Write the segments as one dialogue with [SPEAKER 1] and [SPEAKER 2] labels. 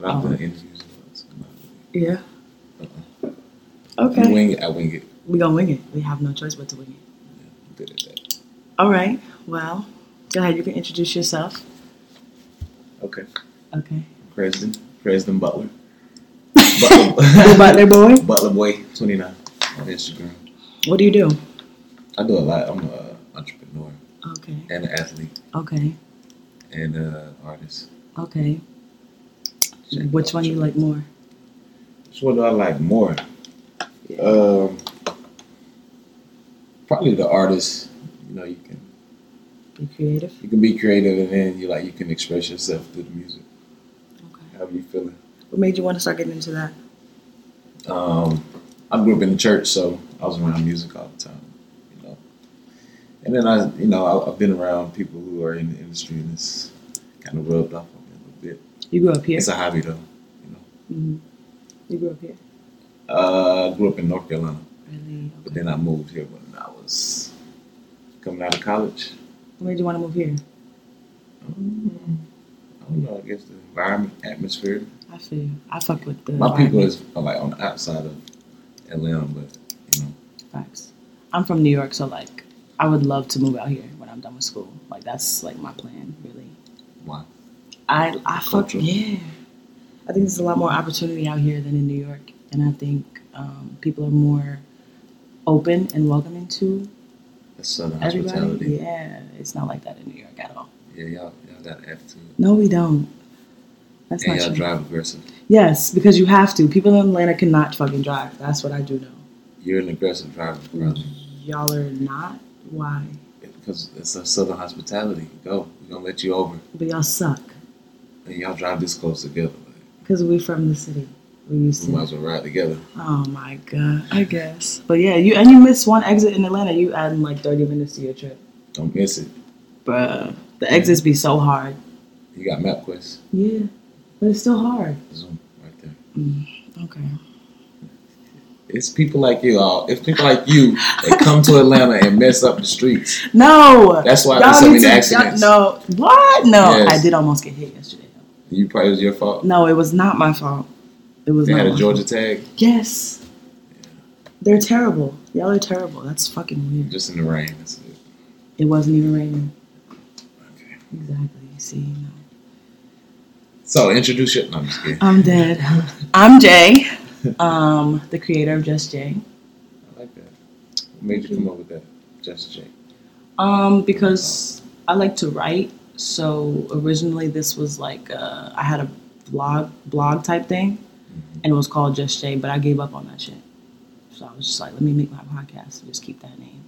[SPEAKER 1] But
[SPEAKER 2] Oh.
[SPEAKER 1] I've done interviews and stuff.
[SPEAKER 2] Yeah.
[SPEAKER 1] I'm not-
[SPEAKER 2] Okay.
[SPEAKER 1] Wing it, I wing it.
[SPEAKER 2] We gonna wing it. We have no choice but to wing it.
[SPEAKER 1] Did it that.
[SPEAKER 2] All right. Well, go ahead. You can introduce yourself.
[SPEAKER 1] Okay.
[SPEAKER 2] Okay.
[SPEAKER 1] President. President Butler. Butler,
[SPEAKER 2] Go Butler boy.
[SPEAKER 1] Butler Boy 29 on Instagram.
[SPEAKER 2] What do you do?
[SPEAKER 1] I do a lot. I'm an entrepreneur
[SPEAKER 2] Okay.
[SPEAKER 1] and an athlete
[SPEAKER 2] Okay.
[SPEAKER 1] and an artist.
[SPEAKER 2] Okay.
[SPEAKER 1] Check it
[SPEAKER 2] Which
[SPEAKER 1] out.
[SPEAKER 2] one you like more?
[SPEAKER 1] Which one do I like more?
[SPEAKER 2] Yeah.
[SPEAKER 1] Um, probably the artist. You know, you can
[SPEAKER 2] Be creative.
[SPEAKER 1] you can be creative and then you like you can express yourself through the music.
[SPEAKER 2] Okay.
[SPEAKER 1] However you feeling.
[SPEAKER 2] What made you want to start getting into that?
[SPEAKER 1] Um, I grew up in the church, so I was around music all the time, you know. And then I, you know, I, I've been around people who are in the industry, and it's kind of rubbed off on me a little bit.
[SPEAKER 2] You grew up here.
[SPEAKER 1] It's a hobby, though.
[SPEAKER 2] Mhm. You grew up here.
[SPEAKER 1] Uh, I grew up in North Carolina,
[SPEAKER 2] Really?
[SPEAKER 1] but
[SPEAKER 2] Okay.
[SPEAKER 1] then I moved here when I was coming out of college.
[SPEAKER 2] What made you want to move here?
[SPEAKER 1] Um, I don't know. I guess the environment, atmosphere.
[SPEAKER 2] I feel you. I fuck with the
[SPEAKER 1] My people
[SPEAKER 2] environment
[SPEAKER 1] is are like on the outside of Atlanta, but you know,
[SPEAKER 2] facts. I'm from New York, so like I would love to move out here when I'm done with school. Like that's like my plan, really.
[SPEAKER 1] why?
[SPEAKER 2] I I fuck
[SPEAKER 1] Culture.
[SPEAKER 2] yeah. I think there's a lot more opportunity out here than in New York, and I think um, people are more open and welcoming to
[SPEAKER 1] That's Southern
[SPEAKER 2] everybody.
[SPEAKER 1] hospitality.
[SPEAKER 2] Yeah, it's not like that in New York at all.
[SPEAKER 1] Yeah, y'all, y'all got attitude.
[SPEAKER 2] No, we don't. That's
[SPEAKER 1] and
[SPEAKER 2] not
[SPEAKER 1] y'all
[SPEAKER 2] true.
[SPEAKER 1] drive aggressive.
[SPEAKER 2] Yes, because you have to. People in Atlanta cannot fucking drive. That's what I do know.
[SPEAKER 1] You're an aggressive driver, brother.
[SPEAKER 2] Y'all are not. Why?
[SPEAKER 1] Because it's a southern hospitality. Go. We're gonna let you over.
[SPEAKER 2] But y'all suck.
[SPEAKER 1] And y'all drive this close together. Like,
[SPEAKER 2] Because we're from the city. We used
[SPEAKER 1] we might
[SPEAKER 2] to.
[SPEAKER 1] as well ride together.
[SPEAKER 2] Oh my god. I guess. But yeah, you and you miss one exit in Atlanta. You adding like thirty minutes to your trip.
[SPEAKER 1] Don't miss it.
[SPEAKER 2] Bruh, the exits be so hard.
[SPEAKER 1] You got MapQuest.
[SPEAKER 2] Yeah, but it's still hard.
[SPEAKER 1] Zoom right there.
[SPEAKER 2] Mm, Okay.
[SPEAKER 1] It's people like you all. It's people like you that come to Atlanta and mess up the streets.
[SPEAKER 2] No.
[SPEAKER 1] That's why
[SPEAKER 2] Y'all
[SPEAKER 1] there's so
[SPEAKER 2] need
[SPEAKER 1] many
[SPEAKER 2] to-
[SPEAKER 1] accidents.
[SPEAKER 2] y'all- no. What? No.
[SPEAKER 1] Yes.
[SPEAKER 2] I did almost get hit yesterday.
[SPEAKER 1] You probably it was your fault.
[SPEAKER 2] No, it was not my fault. It was
[SPEAKER 1] They
[SPEAKER 2] not
[SPEAKER 1] had a
[SPEAKER 2] my
[SPEAKER 1] Georgia
[SPEAKER 2] fault.
[SPEAKER 1] tag
[SPEAKER 2] Yes. They're terrible. Y'all are terrible. That's fucking weird.
[SPEAKER 1] just in the rain. That's it.
[SPEAKER 2] It wasn't even raining.
[SPEAKER 1] Okay.
[SPEAKER 2] Exactly. See. No.
[SPEAKER 1] So introduce your. No, I'm just kidding.
[SPEAKER 2] I'm dead. I'm Jay, um, the creator of Just Jay.
[SPEAKER 1] I like that. What made you come up with that? Just Jay.
[SPEAKER 2] Um, because I like to write. So originally, this was like uh, I had a blog blog type thing,
[SPEAKER 1] Mm-hmm.
[SPEAKER 2] and it was called Just Jay. But I gave up on that shit. So I was just like, let me make my podcast and just keep that name.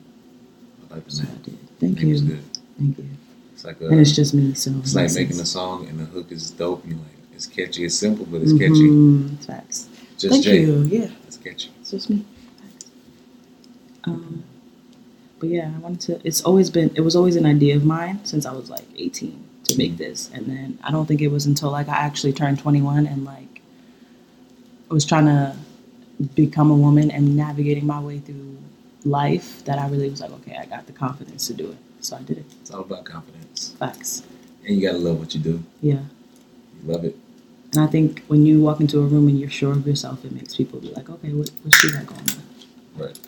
[SPEAKER 1] I like the
[SPEAKER 2] So
[SPEAKER 1] name.
[SPEAKER 2] I did. Thank
[SPEAKER 1] Name is
[SPEAKER 2] you.
[SPEAKER 1] Mm-hmm. good.
[SPEAKER 2] Thank you.
[SPEAKER 1] It's like
[SPEAKER 2] And
[SPEAKER 1] a
[SPEAKER 2] it's just me. So
[SPEAKER 1] It's like making a song and the hook is dope. You like it's catchy, it's simple, but it's
[SPEAKER 2] It's
[SPEAKER 1] catchy.
[SPEAKER 2] Facts.
[SPEAKER 1] Just
[SPEAKER 2] Mm-hmm. Thank
[SPEAKER 1] Jay,
[SPEAKER 2] you. Yeah.
[SPEAKER 1] it's catchy.
[SPEAKER 2] It's just me. Um, but yeah, I wanted to. It's always been. It was always an idea of mine since I was like 18 to make this, and then I don't think it was until like I actually turned 21 and like I was trying to become a woman and navigating my way through life that I really was like, okay, I got the confidence to do it, so I did it.
[SPEAKER 1] It's all about confidence,
[SPEAKER 2] Facts.
[SPEAKER 1] and you gotta love what you do.
[SPEAKER 2] Yeah.
[SPEAKER 1] You love it.
[SPEAKER 2] And I think when you walk into a room and you're sure of yourself, it makes people be like, okay, what, what's she got going on?
[SPEAKER 1] Right.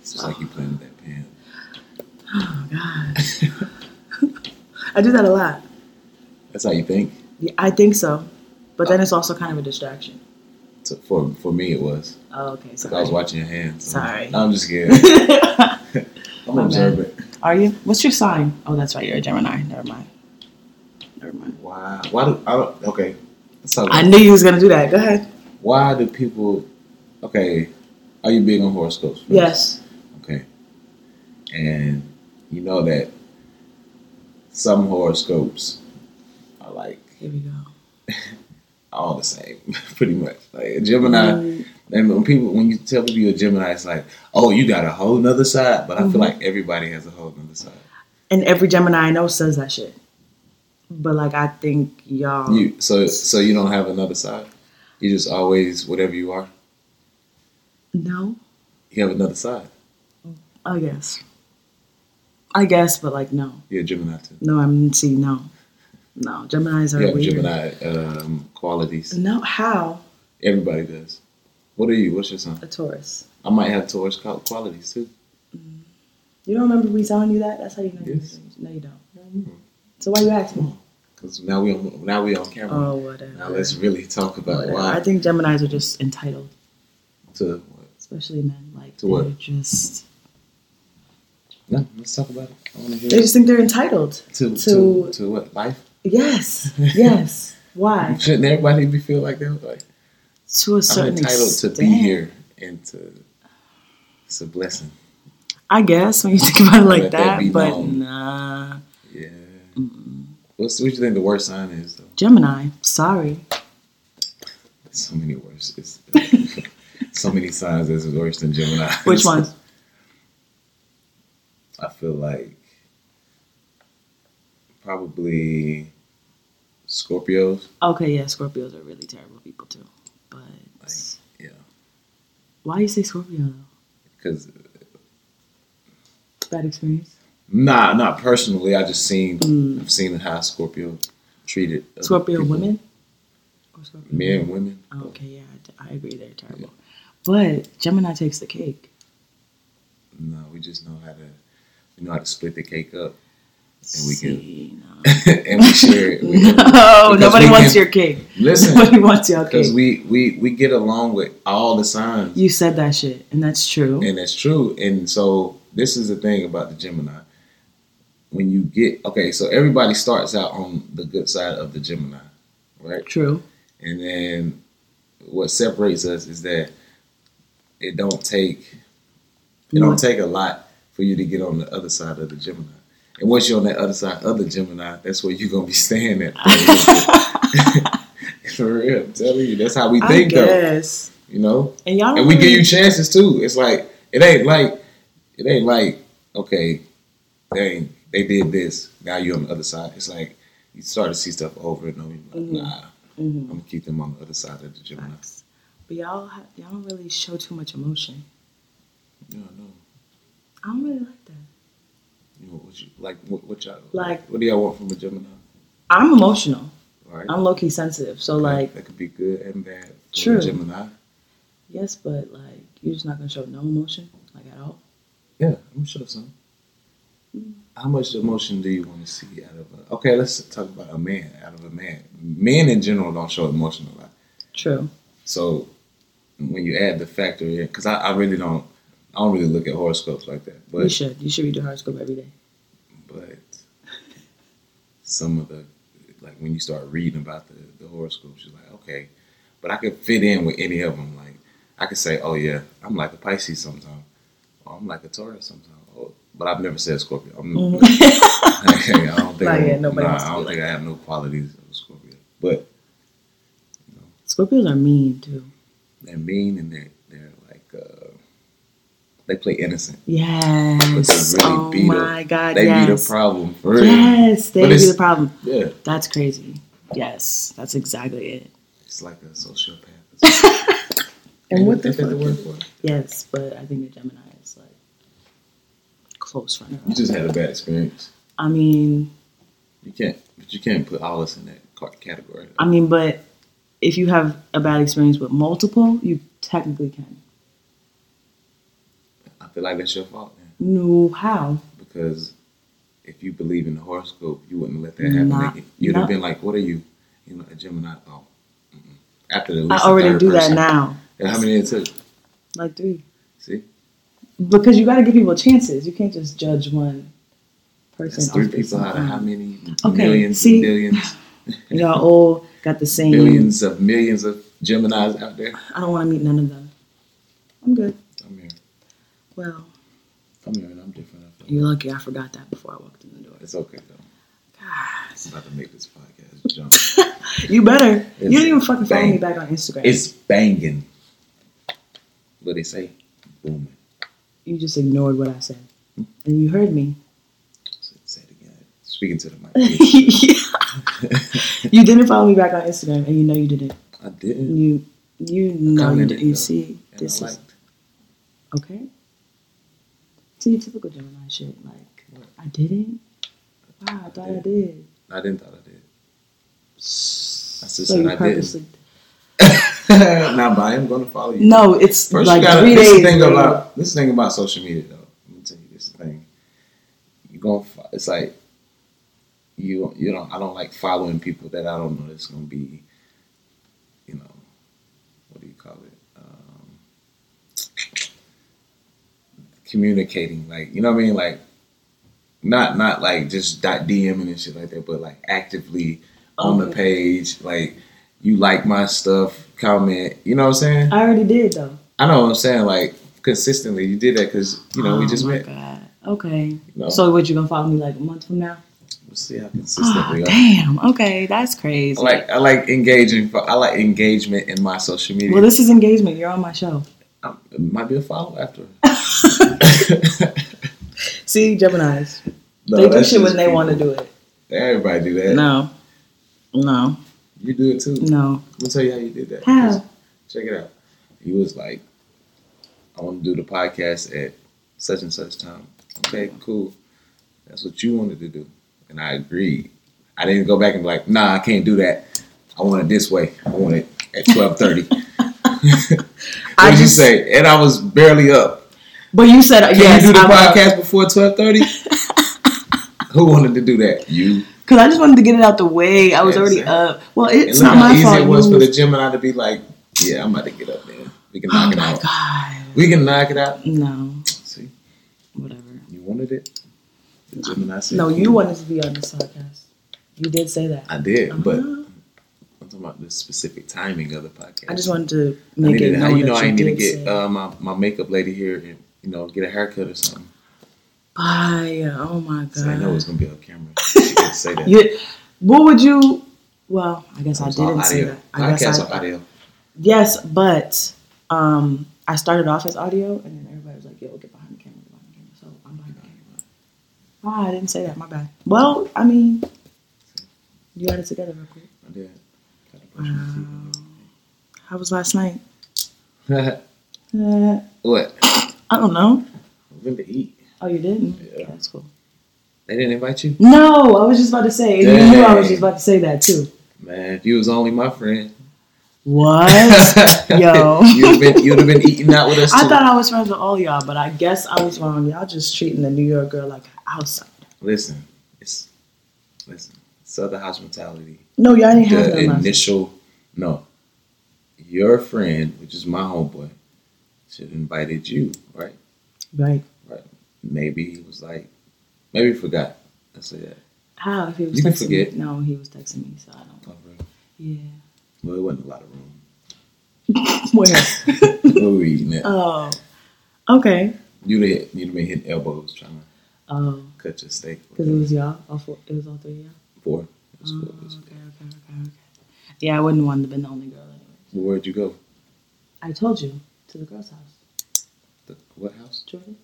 [SPEAKER 1] It's just like you playing with that pen.
[SPEAKER 2] Oh God. I do that a lot.
[SPEAKER 1] That's how you think.
[SPEAKER 2] Yeah, I think so. But then it's also kind of a distraction.
[SPEAKER 1] So for for me, it was
[SPEAKER 2] Oh, okay.
[SPEAKER 1] 'Cause I was
[SPEAKER 2] Sorry.
[SPEAKER 1] watching your hands.
[SPEAKER 2] Sorry.
[SPEAKER 1] I'm just scared. I'm
[SPEAKER 2] My bad.
[SPEAKER 1] observant.
[SPEAKER 2] Are you? What's your sign? Oh, that's right. You're a Gemini. Never mind. Never mind.
[SPEAKER 1] Wow. Why do I don't? Okay. Let's talk
[SPEAKER 2] I
[SPEAKER 1] about-
[SPEAKER 2] knew you was gonna do that. Go ahead.
[SPEAKER 1] Why do people? Okay. Are you big on horoscopes? first?
[SPEAKER 2] Yes.
[SPEAKER 1] Okay. And you know that some horoscopes are like
[SPEAKER 2] Here we go.
[SPEAKER 1] all the same, pretty much. Like a Gemini, and when people when you tell people you're a Gemini, it's like, oh, you got a whole nother side. But I feel like everybody has a whole nother side.
[SPEAKER 2] And every Gemini I know says that shit. But like I think y'all
[SPEAKER 1] You so so you don't have another side. You just always whatever you are.
[SPEAKER 2] No?
[SPEAKER 1] You have another side.
[SPEAKER 2] I guess. I guess, but like no.
[SPEAKER 1] You're a Gemini too.
[SPEAKER 2] No, I'm see, no. No. Geminis are
[SPEAKER 1] You have
[SPEAKER 2] weird.
[SPEAKER 1] Gemini um, qualities.
[SPEAKER 2] No, how?
[SPEAKER 1] Everybody does. What are you? What's your sign?
[SPEAKER 2] A Taurus.
[SPEAKER 1] I might have Taurus qual- qualities too.
[SPEAKER 2] You don't remember me telling you that? That's how you know you
[SPEAKER 1] Yes.
[SPEAKER 2] things. No, you don't. So why you asking me?
[SPEAKER 1] Because now we on now we on camera.
[SPEAKER 2] Oh, whatever.
[SPEAKER 1] now let's really talk about
[SPEAKER 2] Whatever.
[SPEAKER 1] why
[SPEAKER 2] I think Geminis are just entitled,
[SPEAKER 1] to what?
[SPEAKER 2] especially men. Like
[SPEAKER 1] To what?
[SPEAKER 2] they're just
[SPEAKER 1] No, let's talk about it. I want to hear
[SPEAKER 2] they
[SPEAKER 1] it.
[SPEAKER 2] just think they're entitled.
[SPEAKER 1] To, to
[SPEAKER 2] to-
[SPEAKER 1] to what life?
[SPEAKER 2] Yes. Yes. Why?
[SPEAKER 1] Shouldn't everybody be feel like that? Like
[SPEAKER 2] To a
[SPEAKER 1] I'm
[SPEAKER 2] certain
[SPEAKER 1] entitled
[SPEAKER 2] extent.
[SPEAKER 1] to be here and to. It's a blessing.
[SPEAKER 2] I guess when you think about it like
[SPEAKER 1] Let that
[SPEAKER 2] that,
[SPEAKER 1] be
[SPEAKER 2] but
[SPEAKER 1] known.
[SPEAKER 2] nah.
[SPEAKER 1] Yeah. What's what do you think the worst sign is? Though?
[SPEAKER 2] Gemini, sorry.
[SPEAKER 1] So many worse. It's, so many signs that's worse than Gemini.
[SPEAKER 2] Which one?
[SPEAKER 1] I feel like probably Scorpios.
[SPEAKER 2] Okay, yeah, Scorpios are really terrible people too. But
[SPEAKER 1] Like, yeah.
[SPEAKER 2] why do you say Scorpio though?
[SPEAKER 1] Because
[SPEAKER 2] Bad experience.
[SPEAKER 1] nah, not personally. I just seen I've seen how Scorpio treated other
[SPEAKER 2] Mm. Scorpio
[SPEAKER 1] people.
[SPEAKER 2] women. Or Scorpio
[SPEAKER 1] men and women.
[SPEAKER 2] Oh, okay, yeah, I d- I, agree they're terrible. But Gemini takes the cake.
[SPEAKER 1] No, we just know how to we know how to split the cake up And we can-
[SPEAKER 2] See,
[SPEAKER 1] and we share it. with
[SPEAKER 2] no.
[SPEAKER 1] everyone.
[SPEAKER 2] no,
[SPEAKER 1] Because
[SPEAKER 2] nobody
[SPEAKER 1] we
[SPEAKER 2] wants
[SPEAKER 1] can-
[SPEAKER 2] your cake.
[SPEAKER 1] Listen,
[SPEAKER 2] Nobody wants your
[SPEAKER 1] because
[SPEAKER 2] cake.
[SPEAKER 1] we, we we get along with all the signs.
[SPEAKER 2] You said that shit, and that's true.
[SPEAKER 1] And that's true. And so this is the thing about the Gemini. When you get okay, so everybody starts out on the good side of the Gemini, right?
[SPEAKER 2] true.
[SPEAKER 1] And then what separates us is that it don't take it don't take a lot for you to get on the other side of the Gemini. And once you're on that other side of the Gemini, that's where you're gonna be staying at. for a little bit. For real, I'm telling you, that's how we
[SPEAKER 2] I
[SPEAKER 1] think though.
[SPEAKER 2] guess.
[SPEAKER 1] You know?
[SPEAKER 2] And y'all don't
[SPEAKER 1] and we give
[SPEAKER 2] really-
[SPEAKER 1] you chances too. It's like it ain't like it ain't like okay, dang, they did this. Now you're on the other side. It's like you start to see stuff over and over. You're like,
[SPEAKER 2] Mm-hmm.
[SPEAKER 1] Nah, I'm gonna keep them on the other side of the Gemini.
[SPEAKER 2] Facts. But y'all, ha- y'all don't really show too much emotion.
[SPEAKER 1] Yeah, no.
[SPEAKER 2] I don't really like that.
[SPEAKER 1] You know, what you, like what, what y'all
[SPEAKER 2] Like-
[SPEAKER 1] What do y'all want from a Gemini?
[SPEAKER 2] I'm emotional.
[SPEAKER 1] All right,
[SPEAKER 2] I'm low key sensitive. So like,
[SPEAKER 1] that could be good and bad. For
[SPEAKER 2] True.
[SPEAKER 1] A Gemini.
[SPEAKER 2] yes, but like, you're just not gonna show no emotion, like at all.
[SPEAKER 1] Yeah, I'm gonna show some.
[SPEAKER 2] Mm-hmm.
[SPEAKER 1] How much emotion do you want to see out of a? Okay, let's talk about a man. Out of a man, men in general don't show emotion a lot.
[SPEAKER 2] True.
[SPEAKER 1] So when you add the factor in, because I, I really don't, I don't really look at horoscopes like that.
[SPEAKER 2] you
[SPEAKER 1] But
[SPEAKER 2] should. You should read your horoscope every day.
[SPEAKER 1] but some of the like when you start reading about the the horoscopes, you're like, okay, but I could fit in with any of them. Like I could say, oh yeah, I'm like a Pisces sometimes, or I'm like a Taurus sometimes. Or, but I've never said Scorpio. I'm, I don't think
[SPEAKER 2] Mm-hmm. Not
[SPEAKER 1] I'm-
[SPEAKER 2] yet, nobody
[SPEAKER 1] nah,
[SPEAKER 2] wants
[SPEAKER 1] I
[SPEAKER 2] to be
[SPEAKER 1] don't
[SPEAKER 2] like
[SPEAKER 1] think I have no qualities of a Scorpio. But
[SPEAKER 2] Scorpios are mean too.
[SPEAKER 1] they're mean and they're they're like uh, they play innocent.
[SPEAKER 2] Yes.
[SPEAKER 1] really
[SPEAKER 2] oh
[SPEAKER 1] beat up-
[SPEAKER 2] my god.
[SPEAKER 1] They
[SPEAKER 2] yes.
[SPEAKER 1] be the problem for real.
[SPEAKER 2] Yes, they
[SPEAKER 1] But
[SPEAKER 2] be
[SPEAKER 1] it's-
[SPEAKER 2] the problem.
[SPEAKER 1] Yeah,
[SPEAKER 2] That's crazy. Yes, that's exactly it.
[SPEAKER 1] it's like a sociopath. or something.
[SPEAKER 2] And what the
[SPEAKER 1] Ain't that
[SPEAKER 2] fuck?
[SPEAKER 1] word for it?
[SPEAKER 2] Yes, but I think the Gemini is like close runner.
[SPEAKER 1] You just had a bad experience.
[SPEAKER 2] I mean,
[SPEAKER 1] You can't, but you can't put all this in that ca- category.
[SPEAKER 2] I mean, but if you have a bad experience with multiple, you technically can.
[SPEAKER 1] I feel like that's your fault, man.
[SPEAKER 2] No, how?
[SPEAKER 1] Because if you believe in the horoscope, you wouldn't let that happen.
[SPEAKER 2] Nah,
[SPEAKER 1] Like, You'd have
[SPEAKER 2] nah.
[SPEAKER 1] been like, "What are you? You know, a Gemini?" Oh, mm-mm. after the
[SPEAKER 2] I
[SPEAKER 1] least
[SPEAKER 2] already
[SPEAKER 1] third
[SPEAKER 2] do
[SPEAKER 1] person.
[SPEAKER 2] that now.
[SPEAKER 1] And how many it took?
[SPEAKER 2] Like three.
[SPEAKER 1] See,
[SPEAKER 2] Because you got to give people chances. You can't just judge one person.
[SPEAKER 1] that's three
[SPEAKER 2] off based
[SPEAKER 1] people
[SPEAKER 2] on
[SPEAKER 1] out of
[SPEAKER 2] time.
[SPEAKER 1] how many
[SPEAKER 2] Okay,
[SPEAKER 1] millions,
[SPEAKER 2] see?
[SPEAKER 1] and billions,
[SPEAKER 2] And Y'all all got the same.
[SPEAKER 1] billions of millions of Geminis out there.
[SPEAKER 2] I don't want to meet none of them. I'm good.
[SPEAKER 1] I'm here.
[SPEAKER 2] Well,
[SPEAKER 1] I'm here, and I'm different. I feel.
[SPEAKER 2] You're lucky I forgot that before I walked in the door.
[SPEAKER 1] It's okay though.
[SPEAKER 2] God.
[SPEAKER 1] I'm about to make this podcast jump.
[SPEAKER 2] You better. you
[SPEAKER 1] It's
[SPEAKER 2] didn't even fucking follow me
[SPEAKER 1] bang.
[SPEAKER 2] back on Instagram.
[SPEAKER 1] It's banging. What they say? Booming.
[SPEAKER 2] you just ignored what I said.
[SPEAKER 1] Hmm.
[SPEAKER 2] And you heard me.
[SPEAKER 1] Say say it again. Speaking to the mic.
[SPEAKER 2] you didn't follow me back on Instagram, and you know you didn't.
[SPEAKER 1] I didn't.
[SPEAKER 2] You you know you
[SPEAKER 1] commented,
[SPEAKER 2] didn't. You
[SPEAKER 1] though,
[SPEAKER 2] see,
[SPEAKER 1] And
[SPEAKER 2] this
[SPEAKER 1] I
[SPEAKER 2] is
[SPEAKER 1] liked.
[SPEAKER 2] okay. See your typical Gemini shit. Like I didn't. Wow, I thought I did.
[SPEAKER 1] I didn't thought I did. just
[SPEAKER 2] So
[SPEAKER 1] said
[SPEAKER 2] you
[SPEAKER 1] I didn't.
[SPEAKER 2] purposely.
[SPEAKER 1] nah, but I am gonna follow you.
[SPEAKER 2] No, it's
[SPEAKER 1] First,
[SPEAKER 2] like
[SPEAKER 1] you gotta.
[SPEAKER 2] three
[SPEAKER 1] This is
[SPEAKER 2] days.
[SPEAKER 1] the thing
[SPEAKER 2] later.
[SPEAKER 1] about this is the thing about social media though. Let me tell you this thing. You gonna. fo- It's like you. You don't. I don't like following people that I don't know. That's gonna be. You know, what do you call it? Um, communicating, like you know what I mean, like. Not not like just dot DMing and shit like that, but like actively on the
[SPEAKER 2] Okay.
[SPEAKER 1] page, like you like my stuff, comment, you know what I'm saying?
[SPEAKER 2] I already did though.
[SPEAKER 1] I know what I'm saying. Like consistently, you did that because you know we
[SPEAKER 2] Oh
[SPEAKER 1] just
[SPEAKER 2] my
[SPEAKER 1] met.
[SPEAKER 2] God. Okay.
[SPEAKER 1] No.
[SPEAKER 2] So what you gonna follow me like a month from now? Ah,
[SPEAKER 1] We'll see how consistent
[SPEAKER 2] Oh,
[SPEAKER 1] we are.
[SPEAKER 2] damn. Okay, that's crazy.
[SPEAKER 1] I like I like engaging. but I like engagement in my social media.
[SPEAKER 2] well, this is engagement. You're on my show.
[SPEAKER 1] I, it might be a follow after.
[SPEAKER 2] See, Gemini's.
[SPEAKER 1] No,
[SPEAKER 2] they do
[SPEAKER 1] that's
[SPEAKER 2] shit when
[SPEAKER 1] just
[SPEAKER 2] they want to
[SPEAKER 1] people.
[SPEAKER 2] do it.
[SPEAKER 1] Everybody do that.
[SPEAKER 2] No. No.
[SPEAKER 1] You do it too.
[SPEAKER 2] No.
[SPEAKER 1] Let me tell you how you did that.
[SPEAKER 2] How?
[SPEAKER 1] Just Check it out. You was like, I want to do the podcast at such and such time. Okay, cool. That's what you wanted to do, and I agreed. I didn't go back and be like, Nah, I can't do that. I want it this way. I want it at twelve thirty.
[SPEAKER 2] I
[SPEAKER 1] I just you
[SPEAKER 2] just-
[SPEAKER 1] say, and I was barely up.
[SPEAKER 2] But you said uh,
[SPEAKER 1] Can
[SPEAKER 2] yes.
[SPEAKER 1] you do the
[SPEAKER 2] I
[SPEAKER 1] podcast before twelve thirty? Who wanted to do that? You.
[SPEAKER 2] Because I just wanted to get it out the way. I was already
[SPEAKER 1] Exactly.
[SPEAKER 2] up. Well,
[SPEAKER 1] And
[SPEAKER 2] it's
[SPEAKER 1] look
[SPEAKER 2] not
[SPEAKER 1] how
[SPEAKER 2] my
[SPEAKER 1] easy
[SPEAKER 2] fault.
[SPEAKER 1] it was
[SPEAKER 2] you
[SPEAKER 1] for the
[SPEAKER 2] was-
[SPEAKER 1] Gemini to be like, Yeah, I'm about to get up, man. We can
[SPEAKER 2] oh
[SPEAKER 1] knock it
[SPEAKER 2] my
[SPEAKER 1] out.
[SPEAKER 2] god.
[SPEAKER 1] We can knock it out.
[SPEAKER 2] No.
[SPEAKER 1] See,
[SPEAKER 2] Whatever.
[SPEAKER 1] you wanted it. The Gemini said,
[SPEAKER 2] No,
[SPEAKER 1] "Cool."
[SPEAKER 2] you wanted to be on this podcast. You did say that.
[SPEAKER 1] I did, but
[SPEAKER 2] Uh-huh.
[SPEAKER 1] I'm talking about the specific timing of the podcast.
[SPEAKER 2] I just wanted to
[SPEAKER 1] I
[SPEAKER 2] make
[SPEAKER 1] needed-
[SPEAKER 2] it
[SPEAKER 1] how
[SPEAKER 2] known
[SPEAKER 1] you know
[SPEAKER 2] that
[SPEAKER 1] I
[SPEAKER 2] you
[SPEAKER 1] need to
[SPEAKER 2] did
[SPEAKER 1] get
[SPEAKER 2] say.
[SPEAKER 1] uh, my my makeup lady here and you know get a haircut or something.
[SPEAKER 2] Bye. Oh my god.
[SPEAKER 1] So I know it's gonna be on camera. She didn't say that.
[SPEAKER 2] You- what would you? Well, I guess I
[SPEAKER 1] It's all
[SPEAKER 2] didn't say
[SPEAKER 1] audio.
[SPEAKER 2] that. I guess
[SPEAKER 1] Podcasts are
[SPEAKER 2] I,
[SPEAKER 1] audio.
[SPEAKER 2] yes, but um, I started off as audio, and then everybody was like, "Yo, get behind the camera, get behind the camera." So I'm behind the camera. Ah, I didn't say that. My bad. Well, I mean, you got it together real quick.
[SPEAKER 1] I did. Gotta brush my
[SPEAKER 2] How was last night? Uh-huh.
[SPEAKER 1] teeth.
[SPEAKER 2] Uh,
[SPEAKER 1] what?
[SPEAKER 2] I don't know.
[SPEAKER 1] I've been to eat.
[SPEAKER 2] Oh, you didn't?
[SPEAKER 1] Yeah.
[SPEAKER 2] That's cool.
[SPEAKER 1] They didn't invite you,
[SPEAKER 2] No, I was just about to say. and You knew I was
[SPEAKER 1] Dang.
[SPEAKER 2] just about to say that too.
[SPEAKER 1] man. If you was only my friend,
[SPEAKER 2] What? Yo.
[SPEAKER 1] you'd have been you'd have been eating out with us
[SPEAKER 2] I
[SPEAKER 1] too.
[SPEAKER 2] thought I was friends with all y'all, but I guess I was wrong. Y'all just treating the New York girl like an outsider.
[SPEAKER 1] listen, it's listen. Southern hospitality.
[SPEAKER 2] No, y'all didn't have
[SPEAKER 1] the
[SPEAKER 2] that last.
[SPEAKER 1] initial no your friend which is my homeboy should have invited you right
[SPEAKER 2] Right?
[SPEAKER 1] maybe he was like maybe he forgot let's say that
[SPEAKER 2] How if he was
[SPEAKER 1] You can
[SPEAKER 2] texting
[SPEAKER 1] forget.
[SPEAKER 2] me? No, he was texting me, so I don't.
[SPEAKER 1] Oh, really?
[SPEAKER 2] Yeah.
[SPEAKER 1] well it wasn't a lot of room
[SPEAKER 2] Where?
[SPEAKER 1] we were eating at
[SPEAKER 2] oh. Okay.
[SPEAKER 1] you'd have, hit- you'd have been hitting elbows trying to
[SPEAKER 2] Oh,
[SPEAKER 1] cut your steak
[SPEAKER 2] because it was y'all. All four. It was all three of y'all.
[SPEAKER 1] four It was
[SPEAKER 2] Oh,
[SPEAKER 1] four.
[SPEAKER 2] okay,
[SPEAKER 1] It was-
[SPEAKER 2] okay, okay, okay. Yeah, I wouldn't want to have been the only girl anyway.
[SPEAKER 1] where'd you go
[SPEAKER 2] I told you to the girl's house,
[SPEAKER 1] the, what house
[SPEAKER 2] Jordan.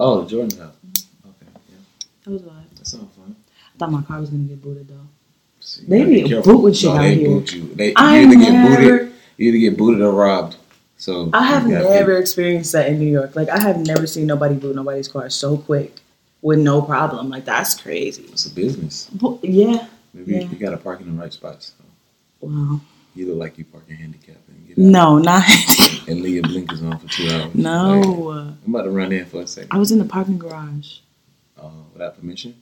[SPEAKER 1] oh the jordan house
[SPEAKER 2] Mm-hmm.
[SPEAKER 1] okay yeah
[SPEAKER 2] That was why. I
[SPEAKER 1] that sounds fun
[SPEAKER 2] thought my car was gonna get booted though.
[SPEAKER 1] See,
[SPEAKER 2] They
[SPEAKER 1] you gotta be
[SPEAKER 2] need to
[SPEAKER 1] careful.
[SPEAKER 2] boot with you
[SPEAKER 1] no,
[SPEAKER 2] out
[SPEAKER 1] they
[SPEAKER 2] here.
[SPEAKER 1] boot you they you
[SPEAKER 2] I
[SPEAKER 1] either get
[SPEAKER 2] never-
[SPEAKER 1] booted you either get booted or robbed so
[SPEAKER 2] I have
[SPEAKER 1] you gotta pick.
[SPEAKER 2] never experienced that in New York. Like I have never seen nobody boot nobody's car so quick with no problem. Like that's crazy.
[SPEAKER 1] It's a business.
[SPEAKER 2] Well, yeah.
[SPEAKER 1] Maybe
[SPEAKER 2] Yeah.
[SPEAKER 1] you gotta park in the right spots.
[SPEAKER 2] Wow.
[SPEAKER 1] You look like you parking handicap and get out
[SPEAKER 2] No, not
[SPEAKER 1] and leave your blinkers on for two hours. Like,
[SPEAKER 2] no.
[SPEAKER 1] I'm about to run in for a second.
[SPEAKER 2] I was in the parking garage.
[SPEAKER 1] Uh, without permission.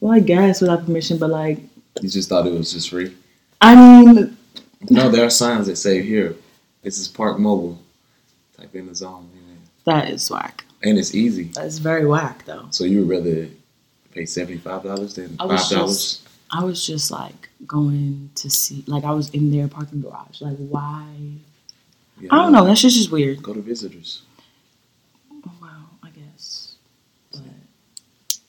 [SPEAKER 2] Well, I guess without permission, but like
[SPEAKER 1] You just thought it was just free.
[SPEAKER 2] I mean,
[SPEAKER 1] No, there are signs that say here, this is Park Mobile. Type in the zone. you know.
[SPEAKER 2] that is whack.
[SPEAKER 1] And it's easy.
[SPEAKER 2] That's very whack though.
[SPEAKER 1] So you would rather pay seventy five dollars than
[SPEAKER 2] I was
[SPEAKER 1] five dollars.
[SPEAKER 2] I was just like going to see, like I was in their parking garage. Like why? I don't know. That shit's just weird.
[SPEAKER 1] Go to visitors.
[SPEAKER 2] Oh, wow, I guess. But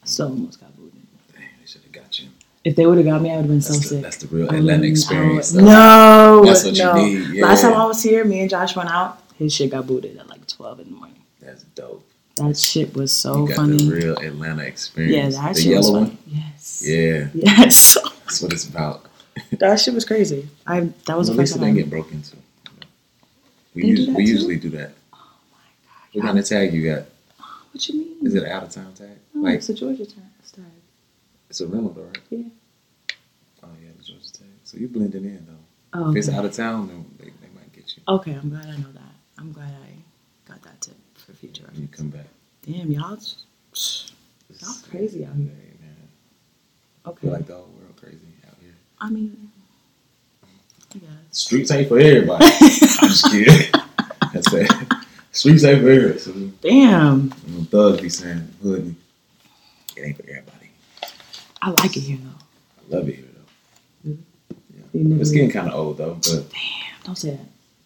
[SPEAKER 2] So almost got booted.
[SPEAKER 1] Dang, they should have got you.
[SPEAKER 2] If they would have got me, I would have been so
[SPEAKER 1] That's, the,
[SPEAKER 2] sick.
[SPEAKER 1] that's the real
[SPEAKER 2] I
[SPEAKER 1] Atlanta
[SPEAKER 2] would've-
[SPEAKER 1] experience.
[SPEAKER 2] Mm, I
[SPEAKER 1] though.
[SPEAKER 2] would've- no,
[SPEAKER 1] That's what you
[SPEAKER 2] no.
[SPEAKER 1] need, yeah.
[SPEAKER 2] Last time I was here, me and Josh went out. His shit got booted at like twelve in the morning.
[SPEAKER 1] That's dope.
[SPEAKER 2] That shit was so
[SPEAKER 1] you got
[SPEAKER 2] funny.
[SPEAKER 1] the real Atlanta
[SPEAKER 2] yeah,
[SPEAKER 1] experience.
[SPEAKER 2] that
[SPEAKER 1] the
[SPEAKER 2] shit was
[SPEAKER 1] yellow
[SPEAKER 2] funny.
[SPEAKER 1] one.
[SPEAKER 2] Yes.
[SPEAKER 1] Yeah,
[SPEAKER 2] Yes.
[SPEAKER 1] that's what it's about.
[SPEAKER 3] That shit was crazy.
[SPEAKER 2] I that was
[SPEAKER 1] Well, at least
[SPEAKER 2] the first
[SPEAKER 1] it
[SPEAKER 2] time. I-
[SPEAKER 1] didn't get broken into. We,
[SPEAKER 2] They do
[SPEAKER 1] us- we
[SPEAKER 2] that too? Oh
[SPEAKER 1] usually do that. What kind of tag you got?
[SPEAKER 2] What you mean?
[SPEAKER 1] Is it an out of town tag?
[SPEAKER 2] No,
[SPEAKER 1] Like
[SPEAKER 2] it's a Georgia turn. Style.
[SPEAKER 1] it's a rental, though, right?
[SPEAKER 2] Yeah.
[SPEAKER 1] Oh yeah, the Georgia tag. So you blending in though.
[SPEAKER 2] Oh,
[SPEAKER 1] If it's
[SPEAKER 2] okay.
[SPEAKER 1] out of town, then they, they might get you.
[SPEAKER 2] Okay, I'm glad I know that. I'm glad I got that tip for future
[SPEAKER 1] When you
[SPEAKER 2] reference.
[SPEAKER 1] come back.
[SPEAKER 2] Damn, y'all. just- Y'all crazy out here.
[SPEAKER 1] Hey, man. I
[SPEAKER 2] Okay.
[SPEAKER 1] feel like the whole world crazy out here.
[SPEAKER 2] I mean, I guess.
[SPEAKER 1] Streets ain't for everybody. I'm just kidding. That's it. Streets ain't for everybody. So, you
[SPEAKER 2] Damn,
[SPEAKER 1] know, thugs be saying, hood, it ain't for everybody.
[SPEAKER 2] I like it here though.
[SPEAKER 1] I love it here though.
[SPEAKER 2] Mhm. You
[SPEAKER 1] Yeah.
[SPEAKER 2] never-
[SPEAKER 1] It's getting kind of old though, but
[SPEAKER 2] Damn, don't say that.